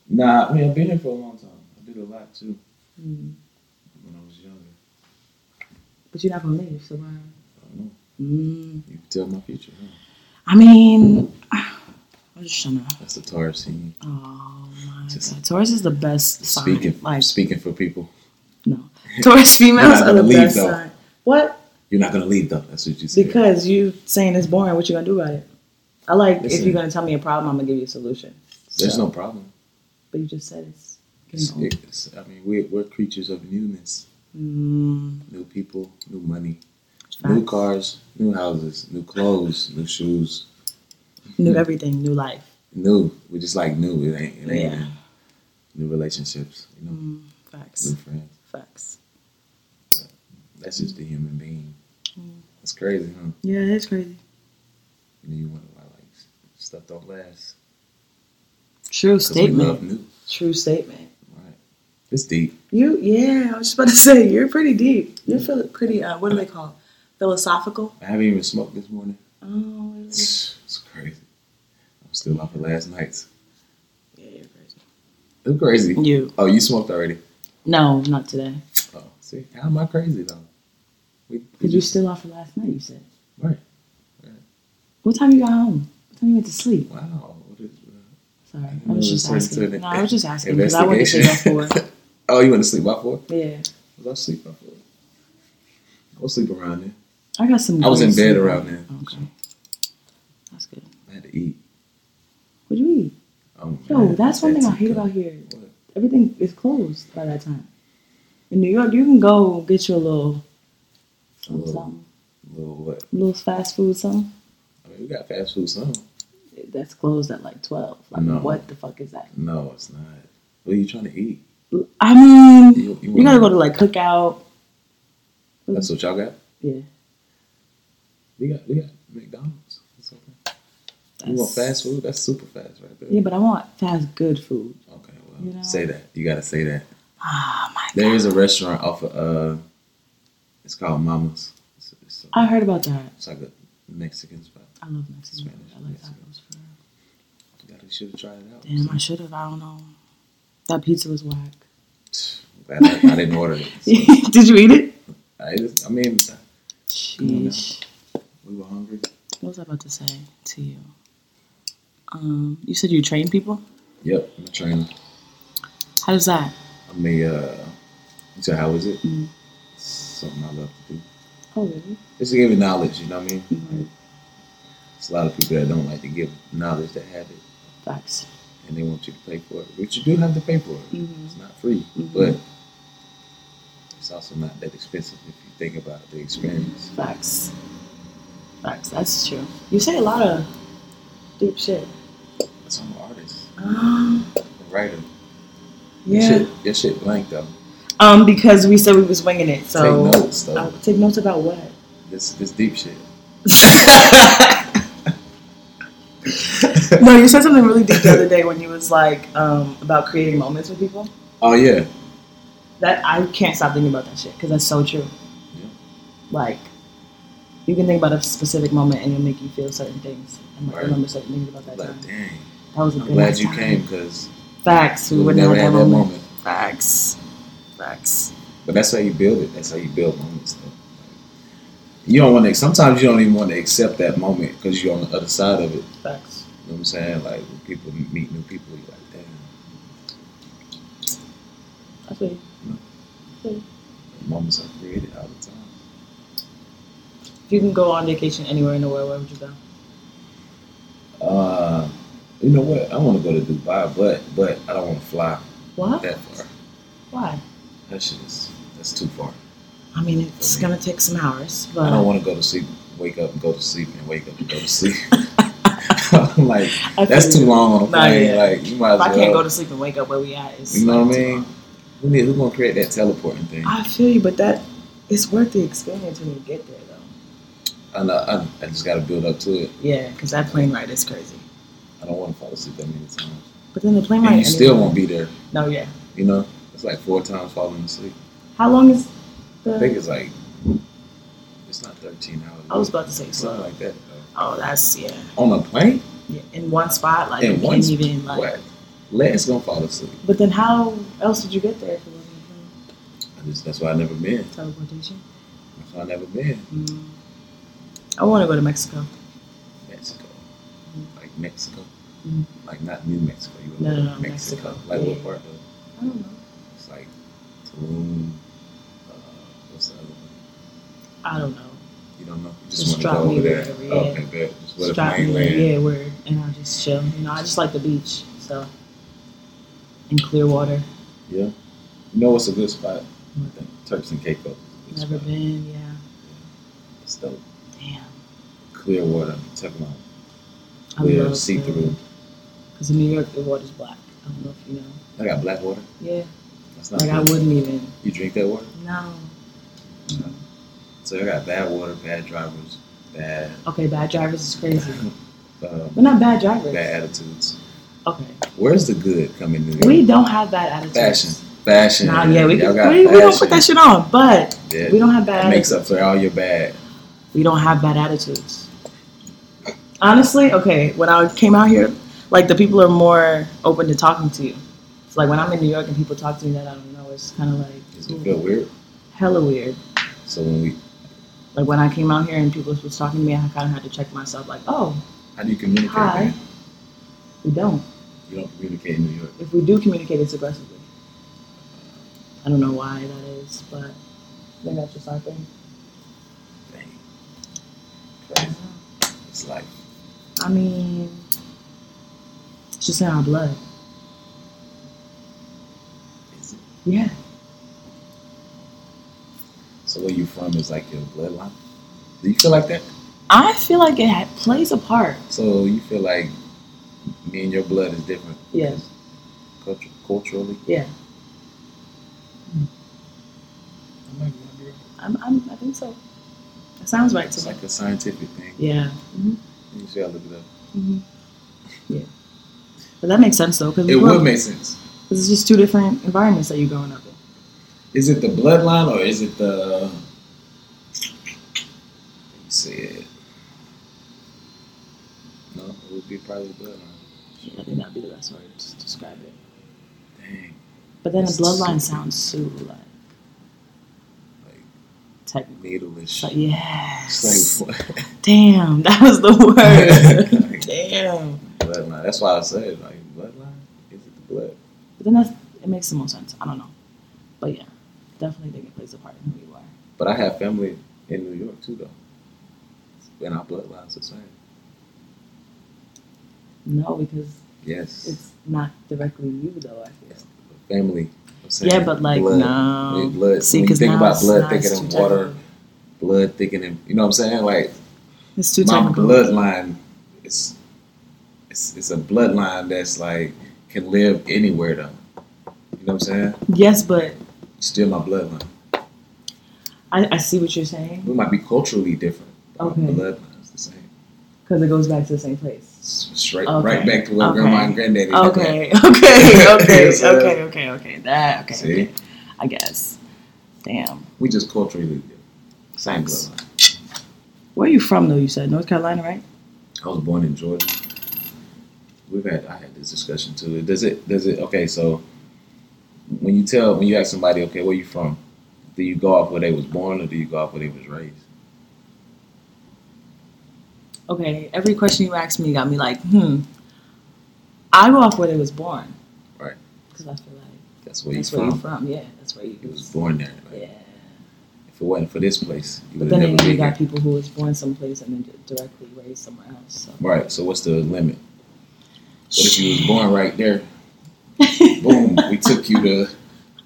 [SPEAKER 1] nah. I mean, I've been here for a long time. I did a lot too
[SPEAKER 2] Mm.
[SPEAKER 1] when I was younger.
[SPEAKER 2] But you're not gonna leave, so why?
[SPEAKER 1] I don't know.
[SPEAKER 2] Mm.
[SPEAKER 1] You can tell my future. Huh?
[SPEAKER 2] I mean, I'm just trying to.
[SPEAKER 1] That's the Taurus scene.
[SPEAKER 2] Oh my
[SPEAKER 1] Just-
[SPEAKER 2] god, Taurus is the best sign.
[SPEAKER 1] Speaking,
[SPEAKER 2] like
[SPEAKER 1] speaking for people.
[SPEAKER 2] no, Taurus females
[SPEAKER 1] not
[SPEAKER 2] are the
[SPEAKER 1] gonna leave,
[SPEAKER 2] best
[SPEAKER 1] though.
[SPEAKER 2] sign. What?
[SPEAKER 1] You're not gonna leave though. That's what you said.
[SPEAKER 2] Because you saying it's boring. What you gonna do about it? I like if
[SPEAKER 1] Listen.
[SPEAKER 2] you're gonna tell me a problem, I'm gonna give you a solution.
[SPEAKER 1] there's
[SPEAKER 2] So-
[SPEAKER 1] no problem.
[SPEAKER 2] But you just said it's.
[SPEAKER 1] It's,
[SPEAKER 2] Getting old.
[SPEAKER 1] it's, I mean, we're, we're creatures of newness.
[SPEAKER 2] Mm,
[SPEAKER 1] New people, new money, new
[SPEAKER 2] facts.
[SPEAKER 1] cars, new houses, new clothes, new shoes. Mm.
[SPEAKER 2] new everything, new life.
[SPEAKER 1] New. We just like new. It ain't. It ain't
[SPEAKER 2] Yeah.
[SPEAKER 1] New relationships. You know,
[SPEAKER 2] Mm, facts.
[SPEAKER 1] new friends.
[SPEAKER 2] Facts.
[SPEAKER 1] That's just the human being.
[SPEAKER 2] Mm-hmm.
[SPEAKER 1] That's crazy, huh?
[SPEAKER 2] Yeah, it's crazy.
[SPEAKER 1] And then you wonder why like s- stuff don't last.
[SPEAKER 2] True
[SPEAKER 1] 'Cause we
[SPEAKER 2] statement.
[SPEAKER 1] love new.
[SPEAKER 2] True statement.
[SPEAKER 1] Right. It's deep.
[SPEAKER 2] You, yeah, I was just about to say you're pretty deep. You're feel pretty. Uh, what do they call? it? Philosophical.
[SPEAKER 1] I haven't even smoked this morning.
[SPEAKER 2] Oh, really?
[SPEAKER 1] It's crazy. I'm still off of last night's.
[SPEAKER 2] yeah, you're crazy.
[SPEAKER 1] It's crazy.
[SPEAKER 2] You?
[SPEAKER 1] Oh, you smoked already.
[SPEAKER 2] No, not today.
[SPEAKER 1] Oh, see, how am I crazy though? We,
[SPEAKER 2] Cause you still off for last night. You said.
[SPEAKER 1] right.
[SPEAKER 2] What time you got home? What time you went to sleep?
[SPEAKER 1] Wow. What is,
[SPEAKER 2] Sorry, I
[SPEAKER 1] know,
[SPEAKER 2] was just
[SPEAKER 1] this turned into
[SPEAKER 2] asking.
[SPEAKER 1] an
[SPEAKER 2] No, I was just asking because I went to sleep at four.
[SPEAKER 1] Mm, investigation. oh, you went to sleep by four?
[SPEAKER 2] Yeah,
[SPEAKER 1] Was I asleep by four? I was sleep around then.
[SPEAKER 2] I got some.
[SPEAKER 1] I was in
[SPEAKER 2] good
[SPEAKER 1] bed
[SPEAKER 2] sleep.
[SPEAKER 1] around then.
[SPEAKER 2] Okay, that's good.
[SPEAKER 1] I had to eat.
[SPEAKER 2] What do you eat?
[SPEAKER 1] Oh,
[SPEAKER 2] Yo,
[SPEAKER 1] man,
[SPEAKER 2] that's one thing I hate
[SPEAKER 1] good.
[SPEAKER 2] about here.
[SPEAKER 1] What?
[SPEAKER 2] Everything is closed by that time. In New York, you can go get you a little
[SPEAKER 1] A little,
[SPEAKER 2] something,
[SPEAKER 1] little what?
[SPEAKER 2] a little fast food something.
[SPEAKER 1] I mean, we got fast food some.
[SPEAKER 2] That's closed at like twelve. Like,
[SPEAKER 1] No.
[SPEAKER 2] what the fuck is that?
[SPEAKER 1] No, it's not. What are you trying to eat?
[SPEAKER 2] I mean, you,
[SPEAKER 1] You- you wanna-
[SPEAKER 2] gotta go to like cookout.
[SPEAKER 1] That's what y'all got.
[SPEAKER 2] Yeah,
[SPEAKER 1] We got we got McDonald's. It's okay. You want
[SPEAKER 2] that's-
[SPEAKER 1] fast food? That's super fast right there.
[SPEAKER 2] Yeah, but I want fast good food.
[SPEAKER 1] Okay, well,
[SPEAKER 2] You know?
[SPEAKER 1] say that. You gotta say that.
[SPEAKER 2] Ah, my
[SPEAKER 1] There is a restaurant off of uh, it's called Mama's. It's, it's,
[SPEAKER 2] I heard about that.
[SPEAKER 1] it's like a Mexican spot.
[SPEAKER 2] I love Mexican food. I like
[SPEAKER 1] Spanish,
[SPEAKER 2] tacos. For real.
[SPEAKER 1] You gotta should have tried it out.
[SPEAKER 2] Damn, I should have. I don't know. That pizza was whack.
[SPEAKER 1] Glad I, I didn't order it. So
[SPEAKER 2] Did you eat it?
[SPEAKER 1] I, just, I mean, on now.
[SPEAKER 2] Sheesh.
[SPEAKER 1] we were hungry.
[SPEAKER 2] What was I about to say to you? Um, you said you train people.
[SPEAKER 1] Yep, I'm a trainer.
[SPEAKER 2] How does that?
[SPEAKER 1] I mean, uh, so how is it?
[SPEAKER 2] Mm.
[SPEAKER 1] It's something I love to do.
[SPEAKER 2] Oh, really?
[SPEAKER 1] It's to give you knowledge. You know what I mean?
[SPEAKER 2] Mhm.
[SPEAKER 1] Like, it's a lot of people that don't like to give knowledge that have it.
[SPEAKER 2] Facts.
[SPEAKER 1] and they want you to pay for it, which you do have to pay for it.
[SPEAKER 2] Mhm.
[SPEAKER 1] It's not free,
[SPEAKER 2] Mhm.
[SPEAKER 1] but it's also not that expensive if you think about the experience.
[SPEAKER 2] Facts. Facts. That's true. You say a lot of deep shit.
[SPEAKER 1] So I'm an artist,
[SPEAKER 2] Um,
[SPEAKER 1] a writer. Your
[SPEAKER 2] yeah.
[SPEAKER 1] shit, your shit blank though.
[SPEAKER 2] Um, because we said we was winging it, so
[SPEAKER 1] Take notes though.
[SPEAKER 2] Uh, take notes about what.
[SPEAKER 1] This this deep shit.
[SPEAKER 2] no, you said something really deep the other day when you was like um, about creating moments with people.
[SPEAKER 1] Oh yeah,
[SPEAKER 2] That I can't stop thinking about that shit because that's so true.
[SPEAKER 1] Yeah.
[SPEAKER 2] Like, you can think about a specific moment and it'll make you feel certain things and like
[SPEAKER 1] Right.
[SPEAKER 2] remember certain things about that
[SPEAKER 1] like
[SPEAKER 2] time.
[SPEAKER 1] dang.
[SPEAKER 2] That was a
[SPEAKER 1] I'm
[SPEAKER 2] good
[SPEAKER 1] glad
[SPEAKER 2] ass
[SPEAKER 1] you
[SPEAKER 2] time.
[SPEAKER 1] came because
[SPEAKER 2] Facts. We
[SPEAKER 1] we
[SPEAKER 2] wouldn't
[SPEAKER 1] never
[SPEAKER 2] have
[SPEAKER 1] had
[SPEAKER 2] that moment.
[SPEAKER 1] moment.
[SPEAKER 2] Facts. Facts.
[SPEAKER 1] But that's how you build it. That's how you build moments though. you don't want to. Sometimes you don't even want to accept that moment because you're on the other side of it.
[SPEAKER 2] Facts.
[SPEAKER 1] You know what I'm saying? Like when people meet new people, you're like, damn,
[SPEAKER 2] I feel you.
[SPEAKER 1] moments are created all the time.
[SPEAKER 2] If you can go on vacation anywhere in the world, where would you go?
[SPEAKER 1] Uh, you know what? I want to go to Dubai, but but I don't want to fly
[SPEAKER 2] What?
[SPEAKER 1] that far.
[SPEAKER 2] Why?
[SPEAKER 1] That shit is that's too far.
[SPEAKER 2] I mean, it's gonna take some hours,
[SPEAKER 1] I don't
[SPEAKER 2] but
[SPEAKER 1] want to go to sleep, wake up and go to sleep, and wake up and go to sleep. I'm like
[SPEAKER 2] I
[SPEAKER 1] that's
[SPEAKER 2] feel
[SPEAKER 1] too
[SPEAKER 2] you.
[SPEAKER 1] long on a
[SPEAKER 2] Nah,
[SPEAKER 1] plane.
[SPEAKER 2] yeah.
[SPEAKER 1] Like you might as
[SPEAKER 2] If I
[SPEAKER 1] well.
[SPEAKER 2] can't go to sleep and wake up where we at, it's
[SPEAKER 1] You know
[SPEAKER 2] like
[SPEAKER 1] what I
[SPEAKER 2] too
[SPEAKER 1] mean?
[SPEAKER 2] long.
[SPEAKER 1] Who need- who gonna create that teleporting thing?
[SPEAKER 2] I feel you, but that it's worth the experience when you get there, though.
[SPEAKER 1] I know, I, I just got to build up to it.
[SPEAKER 2] Yeah, because that plane ride is crazy.
[SPEAKER 1] I don't want to fall asleep that many times.
[SPEAKER 2] But then the plane
[SPEAKER 1] And
[SPEAKER 2] ride.
[SPEAKER 1] you still
[SPEAKER 2] anyway-
[SPEAKER 1] won't be there.
[SPEAKER 2] No, yeah.
[SPEAKER 1] You know, it's like four times falling asleep.
[SPEAKER 2] How long is the?
[SPEAKER 1] I think it's like it's not 13 hours.
[SPEAKER 2] I was about to say
[SPEAKER 1] something
[SPEAKER 2] twelve.
[SPEAKER 1] like that.
[SPEAKER 2] Oh, that's yeah.
[SPEAKER 1] On a plane,
[SPEAKER 2] yeah. In one spot, like
[SPEAKER 1] In
[SPEAKER 2] you
[SPEAKER 1] one
[SPEAKER 2] can't even like.
[SPEAKER 1] what? Legs gonna fall asleep.
[SPEAKER 2] But then, how else did you get there if it wasn't
[SPEAKER 1] I just, that's why I never been.
[SPEAKER 2] from teleportation?
[SPEAKER 1] That's why I never been.
[SPEAKER 2] Mm. I want to go to Mexico.
[SPEAKER 1] Mexico, like Mexico,
[SPEAKER 2] Mhm.
[SPEAKER 1] like not New Mexico. You
[SPEAKER 2] Mm. No, no,
[SPEAKER 1] know,
[SPEAKER 2] no, Mexico.
[SPEAKER 1] Like
[SPEAKER 2] Yeah.
[SPEAKER 1] what part of?
[SPEAKER 2] I don't know.
[SPEAKER 1] It's like Tulum. Uh, what's the other one?
[SPEAKER 2] I don't know.
[SPEAKER 1] You don't know. You
[SPEAKER 2] Just
[SPEAKER 1] just,
[SPEAKER 2] drop
[SPEAKER 1] want to go
[SPEAKER 2] me
[SPEAKER 1] over there.
[SPEAKER 2] wherever, yeah.
[SPEAKER 1] Okay, bet. Just what
[SPEAKER 2] Just
[SPEAKER 1] if
[SPEAKER 2] drop me
[SPEAKER 1] mainland?
[SPEAKER 2] there, yeah, word, and I'll just chill. You know, I just like the beach, so and clear water.
[SPEAKER 1] Yeah. You know what's a good spot? I
[SPEAKER 2] What?
[SPEAKER 1] think Turks and Caicos. is a good
[SPEAKER 2] Never
[SPEAKER 1] spot.
[SPEAKER 2] been, yeah.
[SPEAKER 1] It's dope.
[SPEAKER 2] Damn,
[SPEAKER 1] Clear water. I'm talking about
[SPEAKER 2] I
[SPEAKER 1] clear,
[SPEAKER 2] love
[SPEAKER 1] see through.
[SPEAKER 2] Because in New York, the water's black. I don't know if you know.
[SPEAKER 1] I got black water.
[SPEAKER 2] Yeah,
[SPEAKER 1] That's not
[SPEAKER 2] like I
[SPEAKER 1] good.
[SPEAKER 2] wouldn't even.
[SPEAKER 1] You drink that water?
[SPEAKER 2] No.
[SPEAKER 1] So I got bad water, bad drivers, bad
[SPEAKER 2] Okay, bad drivers is crazy.
[SPEAKER 1] um,
[SPEAKER 2] We're not bad drivers.
[SPEAKER 1] bad attitudes.
[SPEAKER 2] Okay,
[SPEAKER 1] Where's the good coming in? New York?
[SPEAKER 2] we don't have bad attitudes.
[SPEAKER 1] Fashion. Fashion.
[SPEAKER 2] Nah, yeah, we,
[SPEAKER 1] Y'all
[SPEAKER 2] can,
[SPEAKER 1] got
[SPEAKER 2] we, we don't
[SPEAKER 1] fashion.
[SPEAKER 2] put that shit on, but
[SPEAKER 1] Yeah,
[SPEAKER 2] we don't have bad
[SPEAKER 1] That makes
[SPEAKER 2] attitudes.
[SPEAKER 1] up for all your bad.
[SPEAKER 2] We don't have bad attitudes. Honestly, okay, when I came out here, like the people are more open to talking to you. It's like when I'm in New York and people talk to me that I don't know, it's kind of
[SPEAKER 1] Does it
[SPEAKER 2] like
[SPEAKER 1] feel
[SPEAKER 2] ooh,
[SPEAKER 1] weird?
[SPEAKER 2] hella weird.
[SPEAKER 1] So when we,
[SPEAKER 2] Like when I came out here and people was talking to me, I kind of had to check myself. Like, oh,
[SPEAKER 1] how do you communicate?
[SPEAKER 2] Hi.
[SPEAKER 1] man?
[SPEAKER 2] we don't.
[SPEAKER 1] You don't communicate in New York.
[SPEAKER 2] If we do communicate, it's aggressively. I don't know why that is, but I think that's just our thing.
[SPEAKER 1] Dang. Crazy. It's like
[SPEAKER 2] I mean, it's just in our blood.
[SPEAKER 1] Is it?
[SPEAKER 2] Yeah.
[SPEAKER 1] So where you from is like your bloodline. Do you feel like that?
[SPEAKER 2] I feel like it ha- plays a part.
[SPEAKER 1] So you feel like me and your blood is different.
[SPEAKER 2] Yeah.
[SPEAKER 1] because Culture, culturally.
[SPEAKER 2] Yeah.
[SPEAKER 1] I might be wrong, bro.
[SPEAKER 2] I'm, I'm, I think so. That sounds right
[SPEAKER 1] It's
[SPEAKER 2] to me. Mm-hmm.
[SPEAKER 1] like a scientific thing.
[SPEAKER 2] Yeah.
[SPEAKER 1] You should look it up.
[SPEAKER 2] hmm Yeah. But that makes sense though, because
[SPEAKER 1] It would make sense.
[SPEAKER 2] it's just two different environments that you're growing up in.
[SPEAKER 1] Is it the bloodline or is it the? Let me see it. No, it would be probably bloodline.
[SPEAKER 2] I think that'd be the best word to describe it.
[SPEAKER 1] Dang.
[SPEAKER 2] But then a
[SPEAKER 1] It's
[SPEAKER 2] bloodline
[SPEAKER 1] super-
[SPEAKER 2] sounds super like
[SPEAKER 1] Like
[SPEAKER 2] technical.
[SPEAKER 1] needle and
[SPEAKER 2] But
[SPEAKER 1] shit.
[SPEAKER 2] yes.
[SPEAKER 1] It's like what?
[SPEAKER 2] Damn, that was the word. Damn.
[SPEAKER 1] bloodline. That's why I said like bloodline. Is it the blood?
[SPEAKER 2] But then that's, it makes the most sense. I don't know. But yeah, definitely think it plays a part in who you are.
[SPEAKER 1] But I have family in New York too, though. And our bloodline's the same.
[SPEAKER 2] No, because
[SPEAKER 1] Yes.
[SPEAKER 2] it's not directly you though. I feel.
[SPEAKER 1] It's family. I'm saying
[SPEAKER 2] Yeah, but like
[SPEAKER 1] blood.
[SPEAKER 2] no.
[SPEAKER 1] Yeah, blood.
[SPEAKER 2] See,
[SPEAKER 1] when you
[SPEAKER 2] 'cause
[SPEAKER 1] think
[SPEAKER 2] now
[SPEAKER 1] about
[SPEAKER 2] it's
[SPEAKER 1] blood
[SPEAKER 2] not-
[SPEAKER 1] thicker
[SPEAKER 2] it's
[SPEAKER 1] than
[SPEAKER 2] too
[SPEAKER 1] water,
[SPEAKER 2] technical.
[SPEAKER 1] blood thicker than you know what I'm saying? Like
[SPEAKER 2] It's too
[SPEAKER 1] my
[SPEAKER 2] technical.
[SPEAKER 1] bloodline, it's it's it's a bloodline that's like can live anywhere though. You know what I'm saying?
[SPEAKER 2] Yes, but
[SPEAKER 1] Still my bloodline.
[SPEAKER 2] I, I see what you're saying
[SPEAKER 1] We might be culturally different, but
[SPEAKER 2] Okay.
[SPEAKER 1] my bloodline's the same.
[SPEAKER 2] because it goes back to the same place.
[SPEAKER 1] S- Straight
[SPEAKER 2] Okay.
[SPEAKER 1] right back to where
[SPEAKER 2] Okay.
[SPEAKER 1] grandma and granddaddy. did that.
[SPEAKER 2] Okay, okay, okay,
[SPEAKER 1] Yes, sir.
[SPEAKER 2] okay, okay, okay. That okay.
[SPEAKER 1] See?
[SPEAKER 2] okay. I guess. Damn.
[SPEAKER 1] We just culturally different. Same
[SPEAKER 2] Facts.
[SPEAKER 1] bloodline.
[SPEAKER 2] Where are you from though? You said North Carolina, right?
[SPEAKER 1] I was born in Georgia. We've had I had this discussion too. Does it does it okay, so when you tell when you ask somebody, okay, where you from, do you go off where they was born or do you go off where they was raised?
[SPEAKER 2] okay, every question you asked me got me like, hmm. I go off where they was born.
[SPEAKER 1] Right.
[SPEAKER 2] Because I feel like
[SPEAKER 1] That's where
[SPEAKER 2] that's
[SPEAKER 1] you
[SPEAKER 2] where
[SPEAKER 1] from.
[SPEAKER 2] you're from. Yeah, that's where you
[SPEAKER 1] You was born there. Like,
[SPEAKER 2] Yeah.
[SPEAKER 1] If it wasn't for this place, you
[SPEAKER 2] But
[SPEAKER 1] would
[SPEAKER 2] then
[SPEAKER 1] have never
[SPEAKER 2] again, you
[SPEAKER 1] been
[SPEAKER 2] got
[SPEAKER 1] here.
[SPEAKER 2] people who was born someplace and then di- directly raised somewhere else. So.
[SPEAKER 1] Right. So what's the limit? What if you was born right there? Boom. we took you to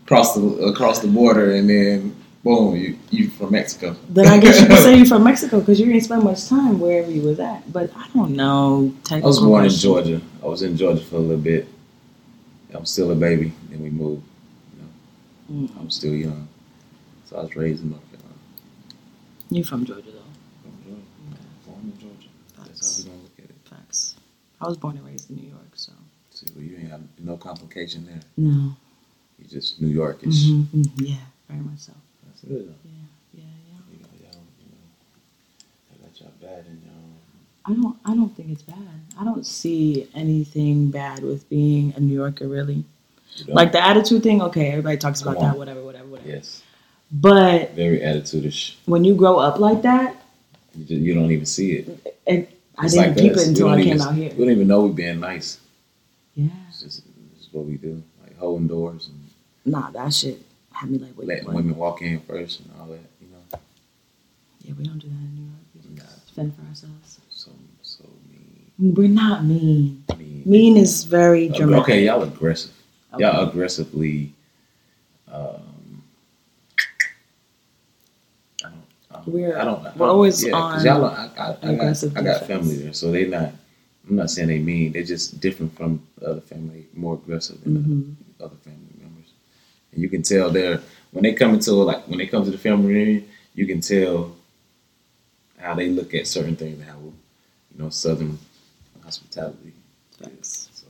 [SPEAKER 1] cross the across the border, and then boom, you you from Mexico.
[SPEAKER 2] Then I guess you could say you're from Mexico because you didn't spend much time wherever you was at. But I don't know.
[SPEAKER 1] I was born in Georgia. I was in Georgia for a little bit. I'm still a baby, and we moved. You know,
[SPEAKER 2] Mm.
[SPEAKER 1] I'm still young, so I was raised in North Carolina.
[SPEAKER 2] You're from Georgia though.
[SPEAKER 1] From
[SPEAKER 2] Mm.
[SPEAKER 1] Georgia. Born in Georgia. That's
[SPEAKER 2] Facts.
[SPEAKER 1] how we gonna look at it.
[SPEAKER 2] Facts. I was born and raised in New York, so
[SPEAKER 1] See, well, you ain't got no complication there.
[SPEAKER 2] no.
[SPEAKER 1] You just New Yorkish.
[SPEAKER 2] Mm-hmm. Yeah, very much so.
[SPEAKER 1] That's good. though.
[SPEAKER 2] Yeah, yeah, yeah.
[SPEAKER 1] You know, y'all, you know, they got y'all bad in y'all.
[SPEAKER 2] I don't. I don't think it's bad. I don't see anything bad with being a New Yorker, really.
[SPEAKER 1] You know?
[SPEAKER 2] Like the attitude thing. Okay, everybody talks about
[SPEAKER 1] Come on.
[SPEAKER 2] that. Whatever, whatever, whatever.
[SPEAKER 1] yes,
[SPEAKER 2] But
[SPEAKER 1] very attitudeish.
[SPEAKER 2] when you grow up like that,
[SPEAKER 1] You, just, you don't even see it.
[SPEAKER 2] and I
[SPEAKER 1] It's
[SPEAKER 2] didn't
[SPEAKER 1] like
[SPEAKER 2] keep
[SPEAKER 1] us.
[SPEAKER 2] it
[SPEAKER 1] We
[SPEAKER 2] until
[SPEAKER 1] don't
[SPEAKER 2] I
[SPEAKER 1] even-
[SPEAKER 2] came out here.
[SPEAKER 1] We don't even know we being nice.
[SPEAKER 2] Yeah.
[SPEAKER 1] It's just, it's just what we do, like holding doors and
[SPEAKER 2] Nah, that shit had me like, wait,
[SPEAKER 1] letting
[SPEAKER 2] what?
[SPEAKER 1] women walk in first and all that. You know,
[SPEAKER 2] Yeah, we don't do that in New York. We
[SPEAKER 1] Nah.
[SPEAKER 2] just fend for ourselves.
[SPEAKER 1] so so mean.
[SPEAKER 2] We're not mean.
[SPEAKER 1] mean.
[SPEAKER 2] Mean is very dramatic.
[SPEAKER 1] Uh, Okay, y'all aggressive.
[SPEAKER 2] Okay.
[SPEAKER 1] Y'all aggressively. Um, I don't. I don't-
[SPEAKER 2] We're-
[SPEAKER 1] I don't. I
[SPEAKER 2] we're
[SPEAKER 1] don't-
[SPEAKER 2] always
[SPEAKER 1] yeah, 'cause
[SPEAKER 2] on
[SPEAKER 1] Y'all, are- I, I, I, got,
[SPEAKER 2] aggressive
[SPEAKER 1] I got
[SPEAKER 2] defense.
[SPEAKER 1] family there, so they not. I'm not saying they mean. They're just different from other family, more aggressive than
[SPEAKER 2] Mm-hmm.
[SPEAKER 1] other, other family members. And you can tell they're when they come into like when they come to the family reunion, you can tell how they look at certain things and how you know Southern hospitality.
[SPEAKER 2] Facts.
[SPEAKER 1] So,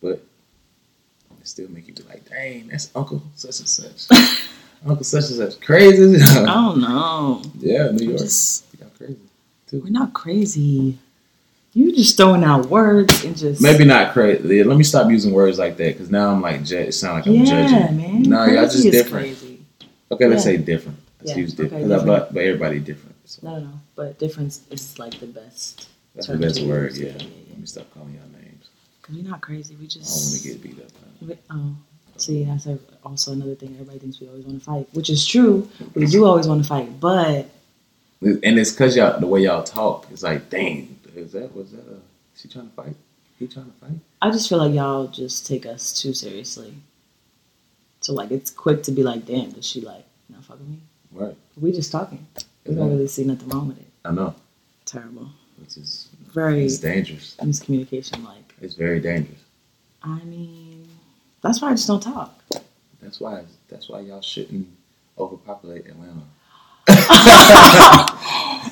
[SPEAKER 1] but it still make you be like, dang, that's Uncle such and such. Uncle such and such crazy.
[SPEAKER 2] I don't know.
[SPEAKER 1] yeah, New
[SPEAKER 2] We're,
[SPEAKER 1] York.
[SPEAKER 2] Oh. just,
[SPEAKER 1] Y'all crazy.
[SPEAKER 2] we're not crazy. You just throwing out words and just
[SPEAKER 1] Maybe not crazy. Let me stop using words like that because now I'm like, ju- it sound like I'm
[SPEAKER 2] yeah,
[SPEAKER 1] judging.
[SPEAKER 2] man.
[SPEAKER 1] No, y'all
[SPEAKER 2] Crazy
[SPEAKER 1] just
[SPEAKER 2] is
[SPEAKER 1] different.
[SPEAKER 2] Crazy.
[SPEAKER 1] Okay, let's
[SPEAKER 2] Yeah.
[SPEAKER 1] say different. Let's
[SPEAKER 2] Yeah,
[SPEAKER 1] use different.
[SPEAKER 2] okay,
[SPEAKER 1] 'cause I-
[SPEAKER 2] different.
[SPEAKER 1] But, but everybody different. So
[SPEAKER 2] No, no, no. But difference is like the best.
[SPEAKER 1] that's the
[SPEAKER 2] term
[SPEAKER 1] best
[SPEAKER 2] to
[SPEAKER 1] word.
[SPEAKER 2] use.
[SPEAKER 1] Yeah.
[SPEAKER 2] yeah,
[SPEAKER 1] Let me stop calling y'all names.
[SPEAKER 2] Because we're not crazy. We
[SPEAKER 1] I don't want
[SPEAKER 2] just
[SPEAKER 1] to get beat up.
[SPEAKER 2] We- Oh, see, that's a, also another thing. Everybody thinks we always want to fight, which is true. We do always want to fight, but
[SPEAKER 1] And it's cause y'all the way y'all talk. It's like, dang, is that was that a? She trying to fight? He trying to fight?
[SPEAKER 2] I just feel like y'all just take us too seriously. So like, it's quick to be like, "Damn, does she like not fuck with me?"
[SPEAKER 1] Right.
[SPEAKER 2] We just talking. We don't really see nothing wrong with it.
[SPEAKER 1] I know.
[SPEAKER 2] Terrible.
[SPEAKER 1] Which is
[SPEAKER 2] Very
[SPEAKER 1] it's dangerous.
[SPEAKER 2] miscommunication. Like,
[SPEAKER 1] It's very dangerous.
[SPEAKER 2] I mean, that's why I just don't talk.
[SPEAKER 1] That's why that's why y'all shouldn't overpopulate Atlanta. Stop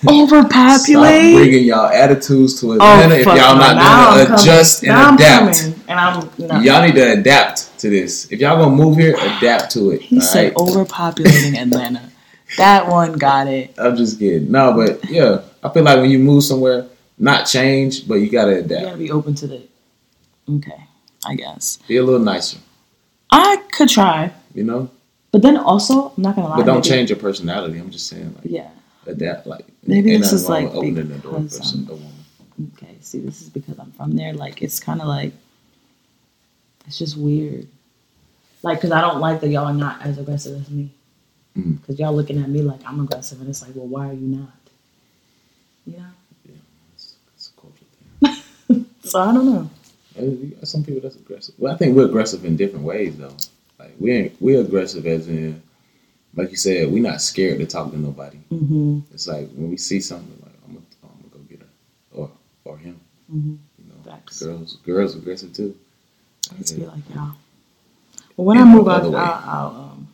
[SPEAKER 2] Overpopulate.
[SPEAKER 1] bringing y'all attitudes to Atlanta if
[SPEAKER 2] Oh, fuck
[SPEAKER 1] y'all
[SPEAKER 2] no. Now
[SPEAKER 1] not
[SPEAKER 2] I'm
[SPEAKER 1] going to
[SPEAKER 2] coming.
[SPEAKER 1] adjust and
[SPEAKER 2] Now I'm
[SPEAKER 1] adapt.
[SPEAKER 2] coming, and I'm no.
[SPEAKER 1] Y'all need to adapt to this. If y'all gonna move here, adapt to it.
[SPEAKER 2] He
[SPEAKER 1] all
[SPEAKER 2] said
[SPEAKER 1] right?
[SPEAKER 2] overpopulating Atlanta. That one got it.
[SPEAKER 1] I'm just kidding. No, but yeah, I feel like when you move somewhere, not change, but you gotta
[SPEAKER 2] You
[SPEAKER 1] adapt.
[SPEAKER 2] gotta be open to the. Okay, I guess
[SPEAKER 1] Be a little nicer,
[SPEAKER 2] I could try,
[SPEAKER 1] you know.
[SPEAKER 2] but then also I'm not gonna lie.
[SPEAKER 1] But don't
[SPEAKER 2] maybe-
[SPEAKER 1] change your personality. I'm just saying, like,
[SPEAKER 2] Yeah.
[SPEAKER 1] adapt. Like,
[SPEAKER 2] Maybe
[SPEAKER 1] ain't
[SPEAKER 2] this
[SPEAKER 1] nothing wrong
[SPEAKER 2] is, like,
[SPEAKER 1] with opening the door
[SPEAKER 2] because,
[SPEAKER 1] for some-
[SPEAKER 2] um,
[SPEAKER 1] a woman.
[SPEAKER 2] Okay. See, this is because I'm from there. Like, it's kind of like. It's just weird. Like, cause I don't like that y'all are not as aggressive as me.
[SPEAKER 1] Mm.
[SPEAKER 2] Cause y'all looking at me like I'm aggressive, and it's like, well, why are you not? You know.
[SPEAKER 1] It's- it's a culture thing.
[SPEAKER 2] So I don't know.
[SPEAKER 1] Uh, you got Some people that's aggressive. Well, I think we're aggressive in different ways though. Like we ain't, we're aggressive as in, like you said, we're not scared to talk to nobody.
[SPEAKER 2] Mm-hmm.
[SPEAKER 1] It's like when we see something, like I'm gonna, I'm gonna go get her or or him.
[SPEAKER 2] Mhm.
[SPEAKER 1] You know,
[SPEAKER 2] Facts.
[SPEAKER 1] girls girls aggressive too.
[SPEAKER 2] I just feel like y'all. Well, when
[SPEAKER 1] In
[SPEAKER 2] I
[SPEAKER 1] no
[SPEAKER 2] move out,
[SPEAKER 1] other
[SPEAKER 2] I'll,
[SPEAKER 1] way.
[SPEAKER 2] I'll um,